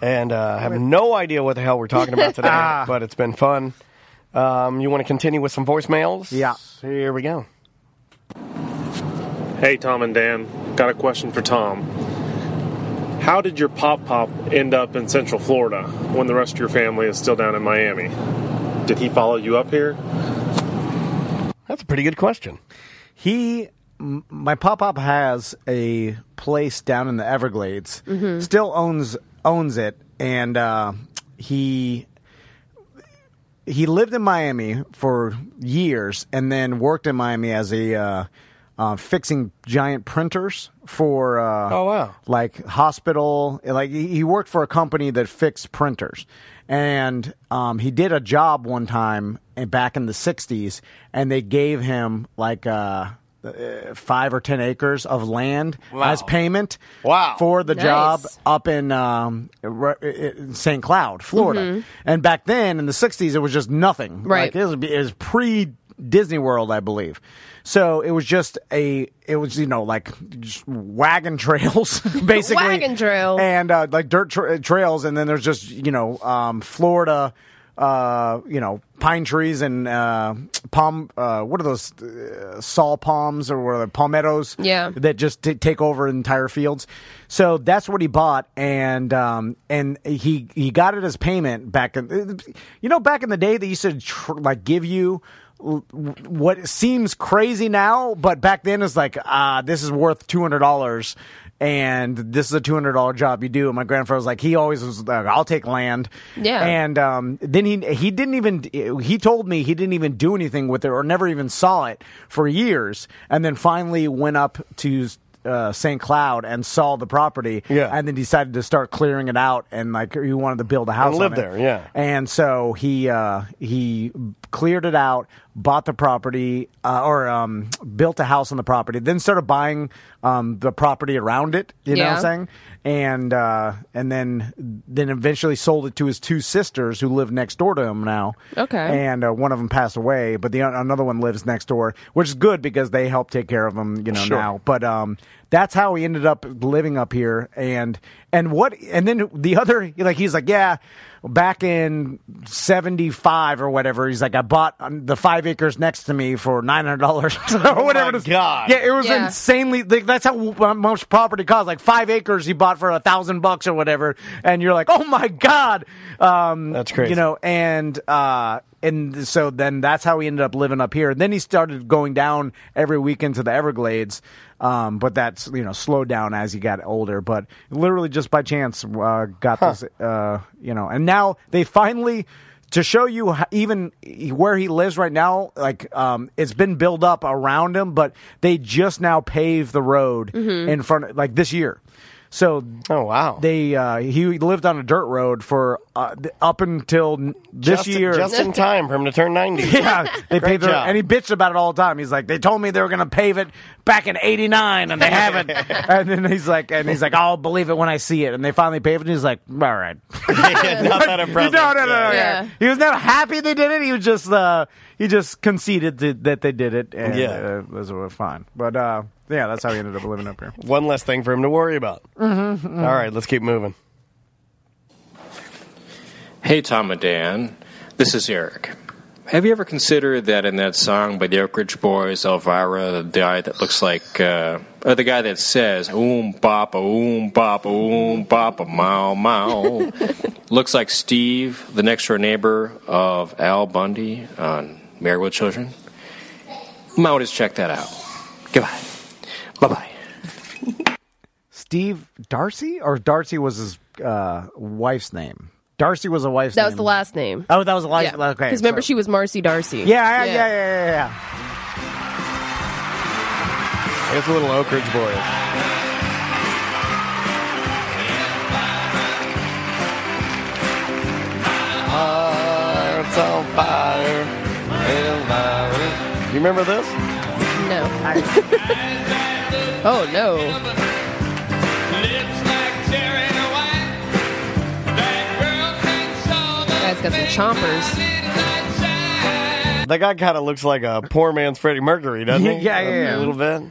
Speaker 14: and uh, I have no idea what the hell we're talking about today,
Speaker 3: Ah.
Speaker 14: but it's been fun. Um, you want to continue with some voicemails? Yeah. Here we go.
Speaker 5: Hey, Tom and Dan. Got a question for Tom. How did your pop pop end up in Central Florida when the rest of your family is still down in Miami? Did he follow you up here?
Speaker 14: That's a pretty good question.
Speaker 3: He, m- my pop up has a place down in the Everglades.
Speaker 14: Mhm.
Speaker 3: Still owns owns it, and uh, he he lived in Miami for years, and then worked in Miami as a uh, uh, fixing giant printers for uh,
Speaker 14: Oh, wow.
Speaker 3: like hospital like he he worked for a company that fixed printers and um, he did a job one time and back in the 60s and they gave him like uh, uh, five or ten acres of land
Speaker 14: Wow.
Speaker 3: as payment
Speaker 14: Wow.
Speaker 3: for the
Speaker 14: Nice.
Speaker 3: job up in um, r- in St. Cloud, Florida.
Speaker 6: Mm-hmm.
Speaker 14: Mhm.
Speaker 3: And back then in the 60s, it was just nothing.
Speaker 14: Right.
Speaker 3: Like, it was, it was pre Disney World, I believe. So it was just a, it was, you know, like just wagon trails, basically.
Speaker 6: Wagon trails.
Speaker 3: And uh, like dirt tra- trails. And then there's just, you know, um, Florida. Uh, you know, pine trees and uh, palm. Uh, what are those uh, saw palms or what are they, palmettos?
Speaker 6: Yeah.
Speaker 3: that just t- take over entire fields. So that's what he bought, and um, and he he got it as payment back in, you know, back in the day they used to tr- like give you l- what seems crazy now, but back then it's like ah, this is worth two hundred dollars. And this is a two hundred dollar job you do. And my grandfather was like, he always was like, "I'll take land."
Speaker 6: Yeah.
Speaker 3: And um, then he he didn't even he told me he didn't even do anything with it or never even saw it for years, and then finally went up to. Uh, St. Cloud and saw the property, yeah. and then decided to start clearing it out, and like he wanted to build a house.
Speaker 14: live
Speaker 3: on it.
Speaker 14: there, yeah.
Speaker 3: And so he uh, he cleared it out, bought the property, uh, or um, built a house on the property, then started buying um, the property around it. You know what
Speaker 6: Yeah.
Speaker 3: I'm saying? And uh, and then then eventually sold it to his two sisters who live next door to him now.
Speaker 6: Okay.
Speaker 3: And uh, one of them passed away, but the another one lives next door, which is good because they help take care of him, you know,
Speaker 14: Sure.
Speaker 3: now. But um, that's how he ended up living up here, and and what, and then the other, like he's like, yeah, back in '75 or whatever, he's like, I bought um, the five acres next to me for nine hundred dollars or
Speaker 14: Oh
Speaker 3: whatever.
Speaker 14: my
Speaker 3: it is.
Speaker 14: God.
Speaker 3: Yeah, it was
Speaker 14: Yeah.
Speaker 3: insanely. Like, that's how w- much property costs. Like five acres, he bought for a thousand bucks or whatever, and you're like, oh my god, um, that's
Speaker 14: crazy.
Speaker 3: You know, and uh, and so then that's how he ended up living up here. And then he started going down every weekend to the Everglades, um, but that's you know slowed down as he got older. But literally just by chance, uh, got this, uh, you know, and now they finally. To show you how, even where he lives right now, like um, it's been built up around him, but they just now paved the road
Speaker 6: Mhm.
Speaker 3: in front, like this year. So,
Speaker 1: oh wow,
Speaker 3: they uh, he lived on a dirt road for uh, th- up until n- this
Speaker 1: Just-
Speaker 3: year,
Speaker 1: just in time for him to turn ninety.
Speaker 3: Yeah, they
Speaker 1: Great
Speaker 3: paved the,
Speaker 1: job.
Speaker 3: and he bitched about it all the time. He's like, they told me they were going to pave it back in '89, and they haven't. and then he's like, and he's like, I'll believe it when I see it. And they finally paved it. and He's like, all right.
Speaker 1: not that
Speaker 3: no,
Speaker 1: impressive.
Speaker 3: no, no, no.
Speaker 1: Yeah.
Speaker 3: yeah. He was not happy they did it. He was just uh, he just conceded that, that they did it, and
Speaker 1: Yeah.
Speaker 3: uh, it was uh, fine. But uh, yeah, that's how he ended up living up here.
Speaker 1: One less thing for him to worry about.
Speaker 3: Mhm,
Speaker 1: All
Speaker 3: mhm.
Speaker 1: right, let's keep moving.
Speaker 15: Hey, Tom and Dan. This is Eric. Have you ever considered that in that song by the Oak Ridge Boys, Elvira, the guy that looks like, uh, or the guy that says, oom bop oom bop oom bop mow mow, looks like Steve, the next door neighbor of Al Bundy on Married with Children? You might want to check that out. Goodbye. Bye bye.
Speaker 3: Steve Darcy or Darcy was his uh, wife's name. Darcy was a wife's
Speaker 6: That
Speaker 3: name.
Speaker 6: was the last name.
Speaker 3: Oh, that was the last.
Speaker 6: Yeah.
Speaker 3: Okay,
Speaker 6: Because remember,
Speaker 3: so-
Speaker 6: she was Marcy Darcy.
Speaker 3: Yeah, yeah, yeah, yeah, yeah. yeah,
Speaker 1: Here's a little Oak Ridge Boys. Hearts on fire. Elvira. You remember this?
Speaker 6: No. oh no. Guy's got some chompers.
Speaker 1: That guy kind of looks like a poor man's Freddie Mercury, doesn't he?
Speaker 7: Yeah, yeah, yeah.
Speaker 1: A little bit.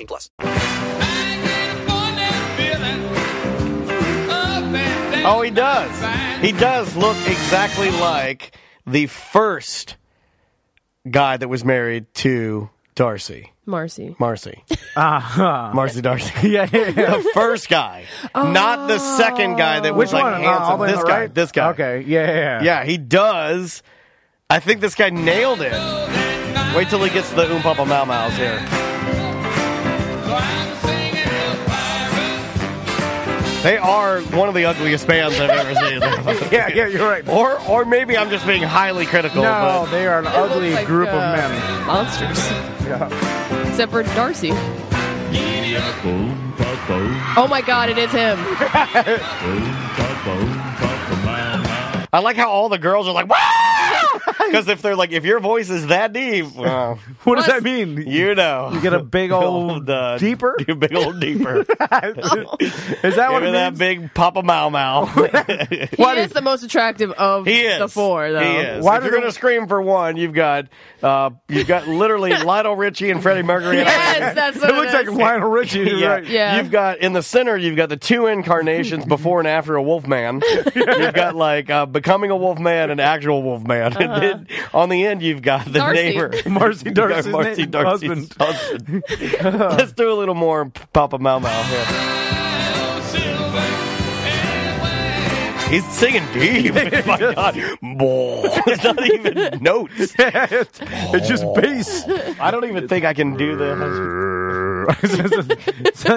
Speaker 16: plus.
Speaker 1: Oh, he does. He does look exactly like the first guy that was married to Darcy.
Speaker 6: Marcy.
Speaker 1: Marcy.
Speaker 3: Uh-huh.
Speaker 1: Marcy Darcy. yeah, The first guy. Not the second guy that was
Speaker 3: Which
Speaker 1: like
Speaker 3: one? Uh,
Speaker 1: handsome.
Speaker 3: all the way on
Speaker 1: this
Speaker 3: the
Speaker 1: guy.
Speaker 3: right?
Speaker 1: This guy. Okay.
Speaker 3: Yeah, yeah, yeah.
Speaker 1: Yeah, he does. I think this guy nailed it. Wait till he gets to the Oom Papa Mau Mau's here. They are one of the ugliest bands I've ever seen.
Speaker 3: yeah, yeah, you're right.
Speaker 1: Or, or maybe I'm just being highly critical.
Speaker 3: No,
Speaker 1: but-
Speaker 3: they are an
Speaker 6: They look
Speaker 3: ugly
Speaker 6: like,
Speaker 3: group
Speaker 6: uh,
Speaker 3: of men.
Speaker 6: Monsters. Except for Darcy. Oh my god, it is him.
Speaker 1: I like how all the girls are like, because if they're like, if your voice is that deep, wow.
Speaker 3: what does that mean?
Speaker 1: You know, you
Speaker 3: get a big old
Speaker 1: uh, deeper, big old deeper.
Speaker 3: Is that what
Speaker 1: Give
Speaker 3: it
Speaker 1: me that
Speaker 3: means?
Speaker 1: big Papa Mau Mau?
Speaker 6: He is the most attractive of
Speaker 1: He is
Speaker 6: the four, though.
Speaker 1: He is. if you're gonna scream for one, you've got uh, you've got literally Lionel Richie and Freddie Mercury.
Speaker 6: Yes, that's what
Speaker 3: It looks like
Speaker 6: is.
Speaker 3: Lionel Richie. you're
Speaker 1: yeah.
Speaker 3: right.
Speaker 1: You've got in the center, you've got the two incarnations before and after a Wolfman. you've got like uh, becoming a Wolfman and actual Wolfman.
Speaker 6: Uh-huh.
Speaker 1: And then on the end, you've got the
Speaker 3: Darcy.
Speaker 1: neighbor,
Speaker 3: Marcy
Speaker 1: You've got
Speaker 3: Darcy's
Speaker 1: Marcy
Speaker 3: na-
Speaker 1: Darcy's husband. Let's do a little more Papa Mau Mau here. He's singing deep. My God, it's not even notes.
Speaker 3: it's just bass.
Speaker 1: I don't even think I can do the.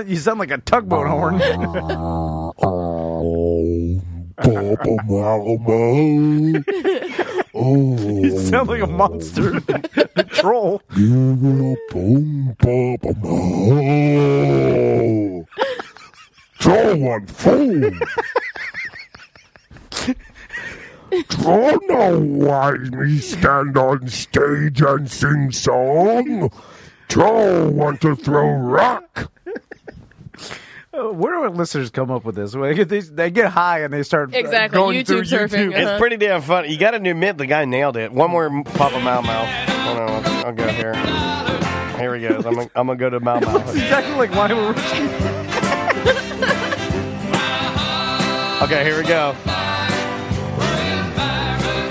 Speaker 3: you sound like a tugboat horn.
Speaker 5: Oh, Papa Mama. Oh,
Speaker 3: you sound like a monster, a troll.
Speaker 5: give it a boom, Papa Mama. Draw one fool. Draw now, why me stand on stage and sing song. Draw want to throw rock.
Speaker 3: Uh, Where do our listeners come up with this? They get, these- they get high and they start uh, going through YouTube.
Speaker 6: Uh-huh.
Speaker 1: It's pretty damn funny. You got to admit, the guy nailed it. One more Papa Mau Mau. Hold on, I'll- I'll go here. Here he goes. I'm gonna, I'm gonna go to Mau
Speaker 3: It's
Speaker 1: Mau.
Speaker 3: exactly like Lionel Richie.
Speaker 1: Okay, here we go.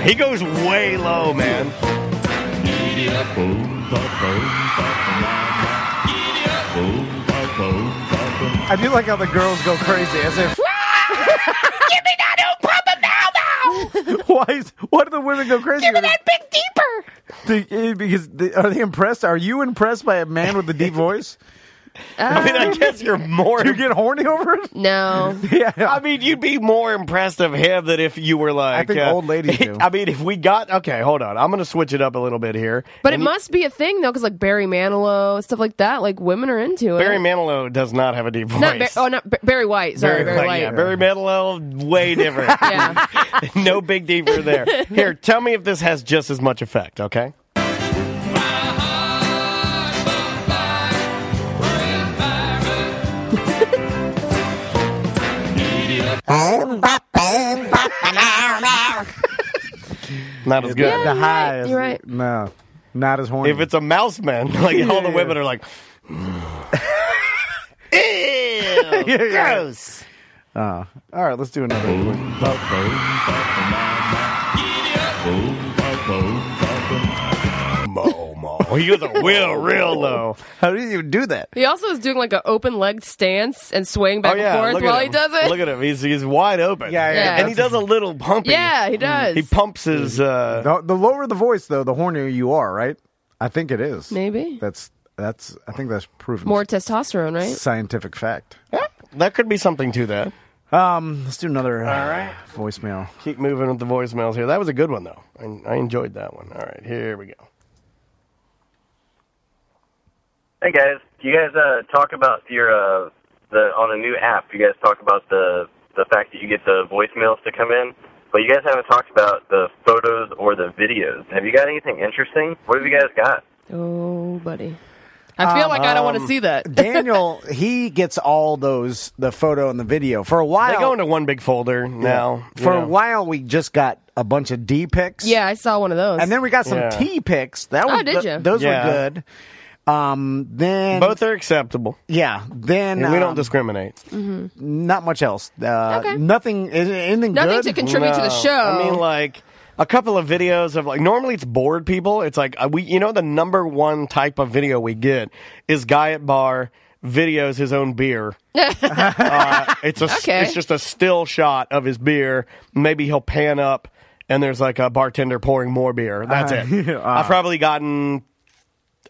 Speaker 1: He goes way low, man.
Speaker 5: Boom, ba, boom, ba, ba, ba, ba. Boom, ba, boom, ba, ba,
Speaker 3: I do like how the girls go crazy as if.
Speaker 9: Give me that old proper now, now!
Speaker 3: Why? Is, why do the women go crazy?
Speaker 9: Give me that big deeper!
Speaker 3: Do- eh, because they, are they impressed? Are you impressed by a man with a deep voice?
Speaker 1: I mean, I guess you're more.
Speaker 3: Do you Oh. get horny over it?
Speaker 6: No.
Speaker 3: Yeah.
Speaker 1: I mean, you'd be more impressed of him than if you were like. uh,
Speaker 3: think old ladies do.
Speaker 1: I mean, if we got okay, hold on. I'm going to switch it up a little bit here.
Speaker 6: But it
Speaker 1: And
Speaker 6: must be a thing though, because like Barry Manilow stuff like that, like women are into it.
Speaker 1: Barry Manilow does not have a deep voice.
Speaker 6: not Bar- oh, not Ba- Barry White. Sorry, Barry, White.
Speaker 1: yeah, Barry Manilow, way different. no big deeper there. Here, tell me if this has just as much effect. Okay. Not as good.
Speaker 6: Yeah, you're
Speaker 3: the high.
Speaker 6: right,
Speaker 3: is-
Speaker 6: you're right.
Speaker 3: No, not as horny.
Speaker 1: If it's a mouse man, like all the women are like, ew, gross.
Speaker 3: Oh. all right, let's do another one.
Speaker 1: Mo, mo. You're the real, real low. How do you do that?
Speaker 6: He also is doing like an open legged stance and swaying back
Speaker 1: oh yeah,
Speaker 6: and
Speaker 1: look
Speaker 6: forth
Speaker 1: at
Speaker 6: while
Speaker 1: him.
Speaker 6: he does it.
Speaker 1: Look at him. He's he's wide open.
Speaker 3: Yeah, yeah,
Speaker 6: Yeah.
Speaker 1: And he does a little pumping.
Speaker 6: yeah, he does.
Speaker 1: Mm-hmm. He pumps his. Uh,
Speaker 3: The, the lower the voice, though, the hornier you are, right? I think it is.
Speaker 6: Maybe
Speaker 3: That's that's. I think that's proven
Speaker 6: more testosterone, right?
Speaker 3: scientific fact.
Speaker 1: that could be something to that.
Speaker 3: Um, let's do another.
Speaker 1: All right.
Speaker 3: Voicemail.
Speaker 1: Keep moving with the voicemails here. That was a good one though. I, I enjoyed that one. All right, here we go.
Speaker 17: Hey guys, do you guys uh, talk about your uh, the on the new app? You guys talk about the the fact that you get the voicemails to come in, but you guys haven't talked about the photos or the videos. Have you got anything interesting? What have you guys got?
Speaker 6: Oh, buddy. I feel like I don't want
Speaker 1: Um,
Speaker 6: to see that.
Speaker 3: Daniel, he gets all those the photo and the video for a while.
Speaker 1: They go into one big folder now.
Speaker 3: For
Speaker 1: you
Speaker 3: a
Speaker 1: know.
Speaker 3: while, we just got a bunch of D pics.
Speaker 6: yeah, I saw one of those.
Speaker 3: And then we got some
Speaker 1: Yeah.
Speaker 3: T pics. That
Speaker 6: Oh,
Speaker 3: was
Speaker 6: did
Speaker 3: th-
Speaker 6: you?
Speaker 3: those
Speaker 1: Yeah.
Speaker 3: were good. Um, then
Speaker 1: both are acceptable.
Speaker 3: Yeah. Then
Speaker 1: And we don't
Speaker 3: um,
Speaker 1: discriminate.
Speaker 3: not much else. Uh,
Speaker 6: Okay.
Speaker 3: Nothing. is- Anything.
Speaker 6: Nothing
Speaker 3: good?
Speaker 6: to contribute to the
Speaker 1: No.
Speaker 6: show.
Speaker 1: I mean, like a couple of videos of like normally it's bored people. It's like uh, we, you know, the number one type of video we get is guy at bar videos his own beer. uh, it's a
Speaker 6: Okay.
Speaker 1: it's just a still shot of his beer. Maybe he'll pan up and there's like a bartender pouring more beer. That's it. I've probably gotten.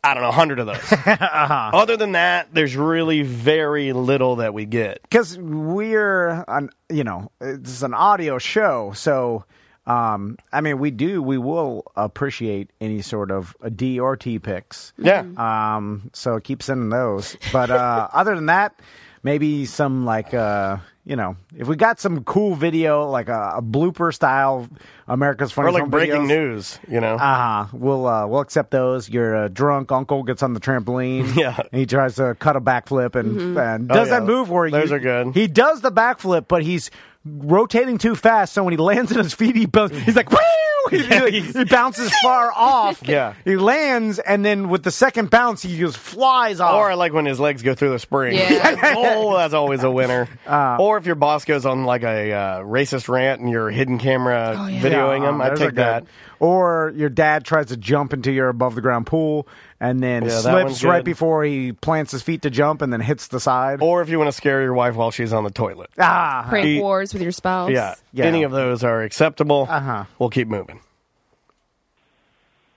Speaker 1: I don't know, hundred of those. Other than that, there's really very little that we get.
Speaker 3: because we're an you know it's an audio show so um i mean we do we will appreciate any sort of uh, d or t picks
Speaker 1: Yeah.
Speaker 3: um so keep sending those but uh other than that maybe some like uh you know, if we got some cool video, like a, a blooper style America's
Speaker 1: Or
Speaker 3: Funniest
Speaker 1: like
Speaker 3: Home
Speaker 1: breaking
Speaker 3: videos,
Speaker 1: news, you know.
Speaker 3: uh-huh. we'll uh, we'll accept those. Your uh, drunk uncle gets on the trampoline.
Speaker 1: Yeah.
Speaker 3: and he tries to cut a backflip and, and
Speaker 1: Oh,
Speaker 3: does
Speaker 1: yeah.
Speaker 3: that move where
Speaker 1: Those
Speaker 3: you-
Speaker 1: are good.
Speaker 3: He does the backflip, but he's rotating too fast. So when he lands on his feet, he bounces. He's like. "Whew!" He, he, like, he bounces far off.
Speaker 1: Yeah.
Speaker 3: he lands, and then with the second bounce, he just flies off.
Speaker 1: Or I like when his legs go through the spring.
Speaker 6: Yeah.
Speaker 1: oh, that's always a winner.
Speaker 3: Uh,
Speaker 1: or if your boss goes on like a uh, racist rant and you're hidden camera
Speaker 6: Oh, yeah.
Speaker 1: videoing
Speaker 3: Yeah,
Speaker 1: him, I
Speaker 3: those are
Speaker 1: take
Speaker 3: good.
Speaker 1: that.
Speaker 3: Or your dad tries to jump into your above the ground pool and then
Speaker 1: Yeah, that
Speaker 3: slips
Speaker 1: one's
Speaker 3: right
Speaker 1: good.
Speaker 3: before he plants his feet to jump and then hits the side.
Speaker 1: Or if you want to scare your wife while she's on the toilet.
Speaker 3: ah,
Speaker 6: Prank
Speaker 1: He-
Speaker 6: wars with your spouse.
Speaker 1: Yeah.
Speaker 3: Yeah.
Speaker 1: Any of those are acceptable.
Speaker 3: Uh-huh.
Speaker 1: We'll keep moving.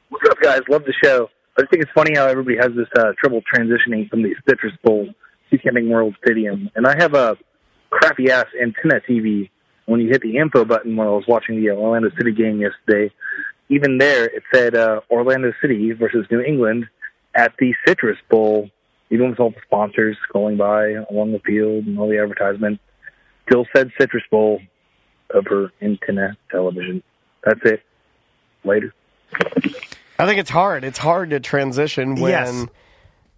Speaker 18: What's up, guys? Love the show. I just think it's funny how everybody has this uh, trouble transitioning from the Citrus Bowl to Camping World Stadium. And I have a crappy ass antenna TV. When you hit the info button when I was watching the Orlando City game yesterday, even there it said uh, Orlando City versus New England at the Citrus Bowl. Even with all the sponsors going by along the field and all the advertisement, still said Citrus Bowl over antenna television. That's it. Later.
Speaker 1: I think it's hard. It's hard to transition when.
Speaker 3: Yes.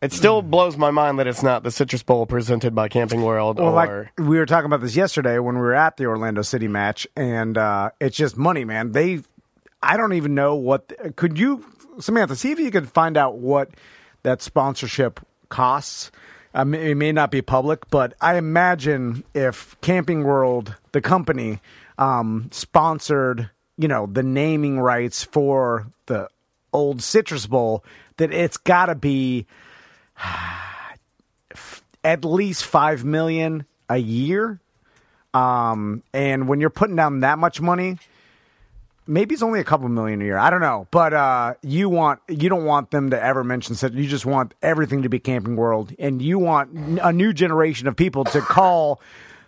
Speaker 1: It still blows my mind that it's not the Citrus Bowl presented by Camping World
Speaker 3: Well,
Speaker 1: or
Speaker 3: like we were talking about this yesterday when we were at the Orlando City match, and uh, it's just money, man. They, I don't even know what. Could you, Samantha, see if you could find out what that sponsorship costs? I mean, it may not be public, but I imagine if Camping World, the company, um, sponsored, you know, the naming rights for the old Citrus Bowl, that it's got to be at least five million a year. Um, and when you're putting down that much money, maybe it's only a couple million a year. I don't know, but uh, you want you don't want them to ever mention such. You just want everything to be Camping World, and you want n- a new generation of people to call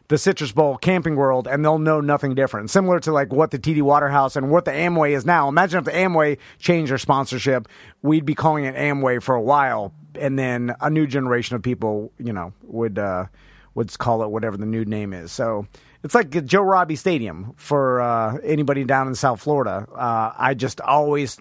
Speaker 3: the Citrus Bowl Camping World, and they'll know nothing different. Similar to like what the TD Waterhouse and what the Amway is now. Imagine if the Amway changed their sponsorship, we'd be calling it Amway for a while, and then a new generation of people, you know, would. Uh, would call it whatever the new name is. So it's like a Joe Robbie Stadium for uh, anybody down in South Florida. Uh, I just always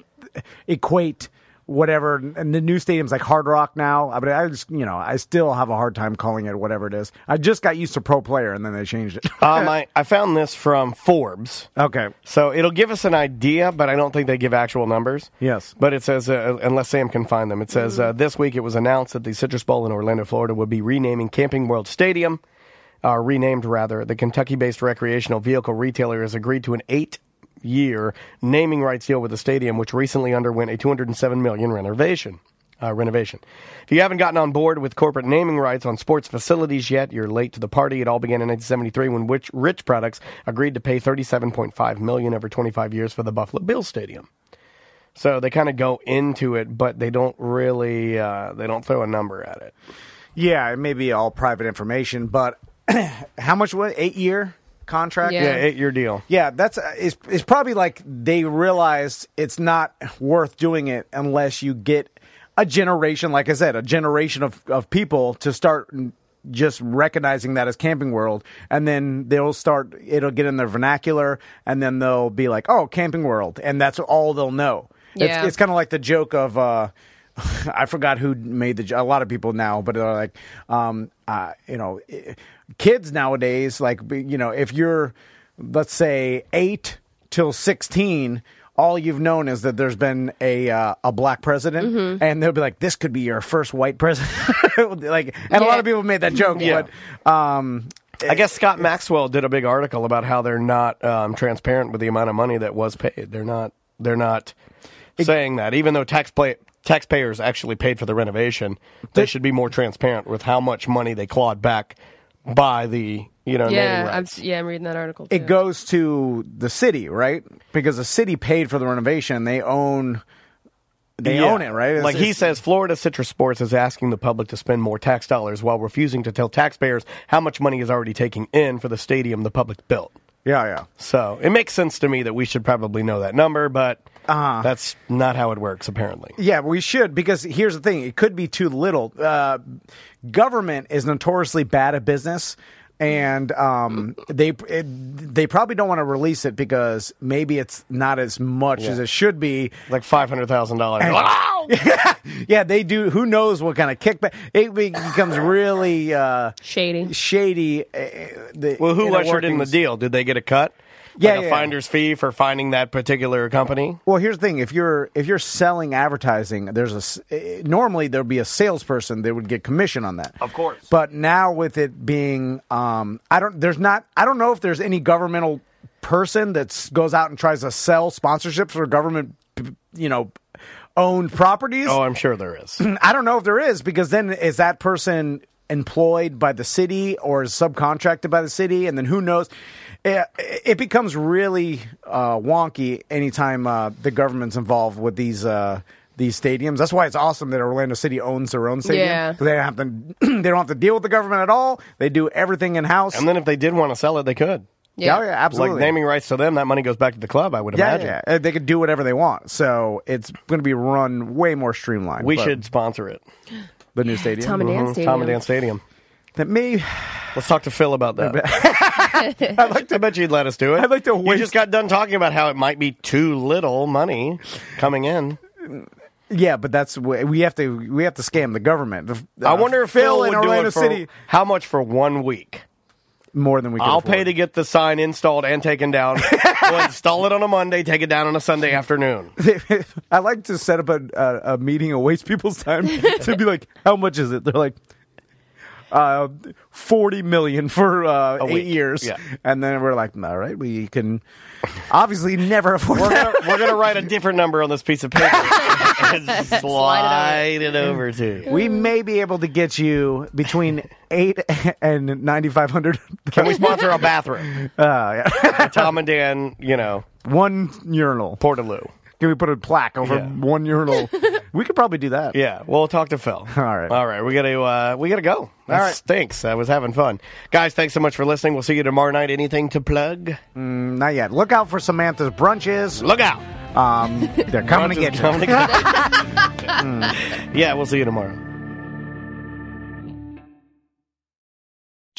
Speaker 3: equate whatever, and the new stadium's like Hard Rock now. uh, But I just, you know, I still have a hard time calling it whatever it is. I just got used to Pro Player, and then they changed it.
Speaker 1: Um, I, I found this from Forbes.
Speaker 3: Okay.
Speaker 1: So it'll give us an idea, but I don't think they give actual numbers.
Speaker 3: Yes.
Speaker 1: But it says, uh, unless Sam can find them, it says uh, this week it was announced that the Citrus Bowl in Orlando, Florida would be renaming Camping World Stadium, uh, renamed rather. The Kentucky based recreational vehicle retailer has agreed to an eight year naming rights deal with the stadium, which recently underwent a $207 million renovation. Uh, renovation. If you haven't gotten on board with corporate naming rights on sports facilities yet, you're late to the party. It all began in 1973 when Rich, Rich Products agreed to pay 37.5 million over 25 years for the Buffalo Bills Stadium. So they kind of go into it, but they don't really uh, they don't throw a number at it.
Speaker 3: Yeah, it may be all private information, but how much was eight year contract?
Speaker 1: Yeah, eight year deal.
Speaker 3: Yeah, that's uh, it's, it's probably like they realized it's not worth doing it unless you get a generation, like I said, a generation of, of people to start n- just recognizing that as camping world and then they'll start it'll get in their vernacular and then they'll be like oh camping world and that's all they'll know
Speaker 6: Yeah.
Speaker 3: it's, it's kind of like the joke of uh I forgot who made the. jo- A lot of people now, but they're like, um, uh, you know, i- kids nowadays. Like, be- you know, if you're, let's say, eight till sixteen, all you've known is that there's been a uh, a black president,
Speaker 1: Mm-hmm.
Speaker 3: and they'll be like, this could be your first white president. like, and a lot of people made that joke,
Speaker 1: Yeah.
Speaker 3: but um,
Speaker 1: I guess Scott Maxwell did a big article about how they're not um, transparent with the amount of money that was paid. They're not. They're not saying that, even though tax play, taxpayers actually paid for the renovation. They should be more transparent with how much money they clawed back by the you know. naming
Speaker 6: yeah,
Speaker 1: rights.
Speaker 6: I'm, s- yeah, I'm reading that article. Too.
Speaker 3: it goes to the city, right? Because the city paid for the renovation. They own. They
Speaker 1: Yeah.
Speaker 3: own it, right? It's-
Speaker 1: like he
Speaker 3: it's-
Speaker 1: says, Florida Citrus Sports is asking the public to spend more tax dollars while refusing to tell taxpayers how much money is already taking in for the stadium the public built.
Speaker 3: Yeah, yeah.
Speaker 1: So it makes sense to me that we should probably know that number, but
Speaker 3: Uh-huh.
Speaker 1: that's not how it works, apparently.
Speaker 3: Yeah, we should because here's the thing: it could be too little. Uh, government is notoriously bad at business, and um, they it, they probably don't want to release it because maybe it's not as much as it should be.
Speaker 1: Like five hundred thousand dollars. Ah!
Speaker 3: yeah, they do. Who knows what kind of kickback? It be- becomes really uh,
Speaker 6: shady.
Speaker 3: Shady. Uh, the
Speaker 1: Well, who
Speaker 3: inner
Speaker 1: ushered in the
Speaker 3: workings.
Speaker 1: deal? Did they get a cut?
Speaker 3: Yeah,
Speaker 1: like
Speaker 3: yeah,
Speaker 1: a
Speaker 3: yeah.
Speaker 1: finder's fee for finding that particular company.
Speaker 3: Well, here's the thing: if you're if you're selling advertising, there's a s- eh, normally there'd be a salesperson that would get commission on that. Of course. But now with it being, um, I don't there's not I don't know if there's any governmental person that goes out and tries to sell sponsorships for government, p- you know, owned properties.
Speaker 1: Oh, I'm sure there is.
Speaker 3: I don't know if there is because then is that person employed by the city or is subcontracted by the city, and then who knows? It, it becomes really uh, wonky anytime uh, the government's involved with these. Uh, these stadiums. That's why it's awesome that Orlando City owns their own stadium.
Speaker 6: Yeah.
Speaker 3: They don't have to. they don't have to deal with the government at all. They do everything in house.
Speaker 1: And then if they did want to sell it, they could.
Speaker 3: Yeah. Yeah, yeah, absolutely.
Speaker 1: Like naming rights to them, that money goes back to the club. I would
Speaker 3: yeah,
Speaker 1: imagine.
Speaker 3: yeah, yeah. they could do whatever they want. So it's going to be run way more streamlined.
Speaker 1: We
Speaker 3: but
Speaker 1: should sponsor it.
Speaker 3: the new stadium.
Speaker 6: Tom and Dan
Speaker 1: Mhm.
Speaker 6: Stadium.
Speaker 1: Tom and Dan Stadium.
Speaker 3: That may
Speaker 1: Let's talk to Phil about that. I like to I bet you'd let us do it. I'd like to. We just got done talking about how it might be too little money coming in.
Speaker 3: Yeah, but that's wh- we have to we have to scam the government. The-
Speaker 1: I
Speaker 3: uh,
Speaker 1: wonder if Phil,
Speaker 3: in
Speaker 1: would
Speaker 3: Orlando
Speaker 1: do it for
Speaker 3: City
Speaker 1: how much for one week.
Speaker 3: more than we. Can
Speaker 1: I'll
Speaker 3: afford.
Speaker 1: pay to get the sign installed and taken down. we'll install it on a Monday, take it down on a Sunday afternoon.
Speaker 3: I like to set up a, a, a meeting and waste people's time to be like, how much is it? They're like, uh, forty million for uh,
Speaker 1: A
Speaker 3: eight
Speaker 1: week.
Speaker 3: years,
Speaker 1: Yeah.
Speaker 3: and then we're like, all right, we can obviously never afford
Speaker 1: We're
Speaker 3: that.
Speaker 1: gonna, we're gonna write a different number on this piece of paper. and slide it over to. you.
Speaker 3: We may be able to get you between eight and ninety five hundred.
Speaker 1: Can we sponsor a bathroom?
Speaker 3: Uh, yeah.
Speaker 1: Tom and Dan, you know,
Speaker 3: one urinal,
Speaker 1: Portaloo.
Speaker 3: Can we put a plaque over
Speaker 1: Yeah.
Speaker 3: one urinal? we could probably do that.
Speaker 1: Yeah, we'll talk to Phil. All right, all right. We gotta uh, we gotta go. That
Speaker 3: All right.
Speaker 1: stinks. I was having fun, guys. Thanks so much for listening. We'll see you tomorrow night. Anything to plug?
Speaker 3: Mm, not yet. Look out for Samantha's brunches.
Speaker 1: Look out.
Speaker 3: Um, they're coming to
Speaker 1: Brunches
Speaker 3: get you.
Speaker 1: coming to get Yeah, we'll see you tomorrow.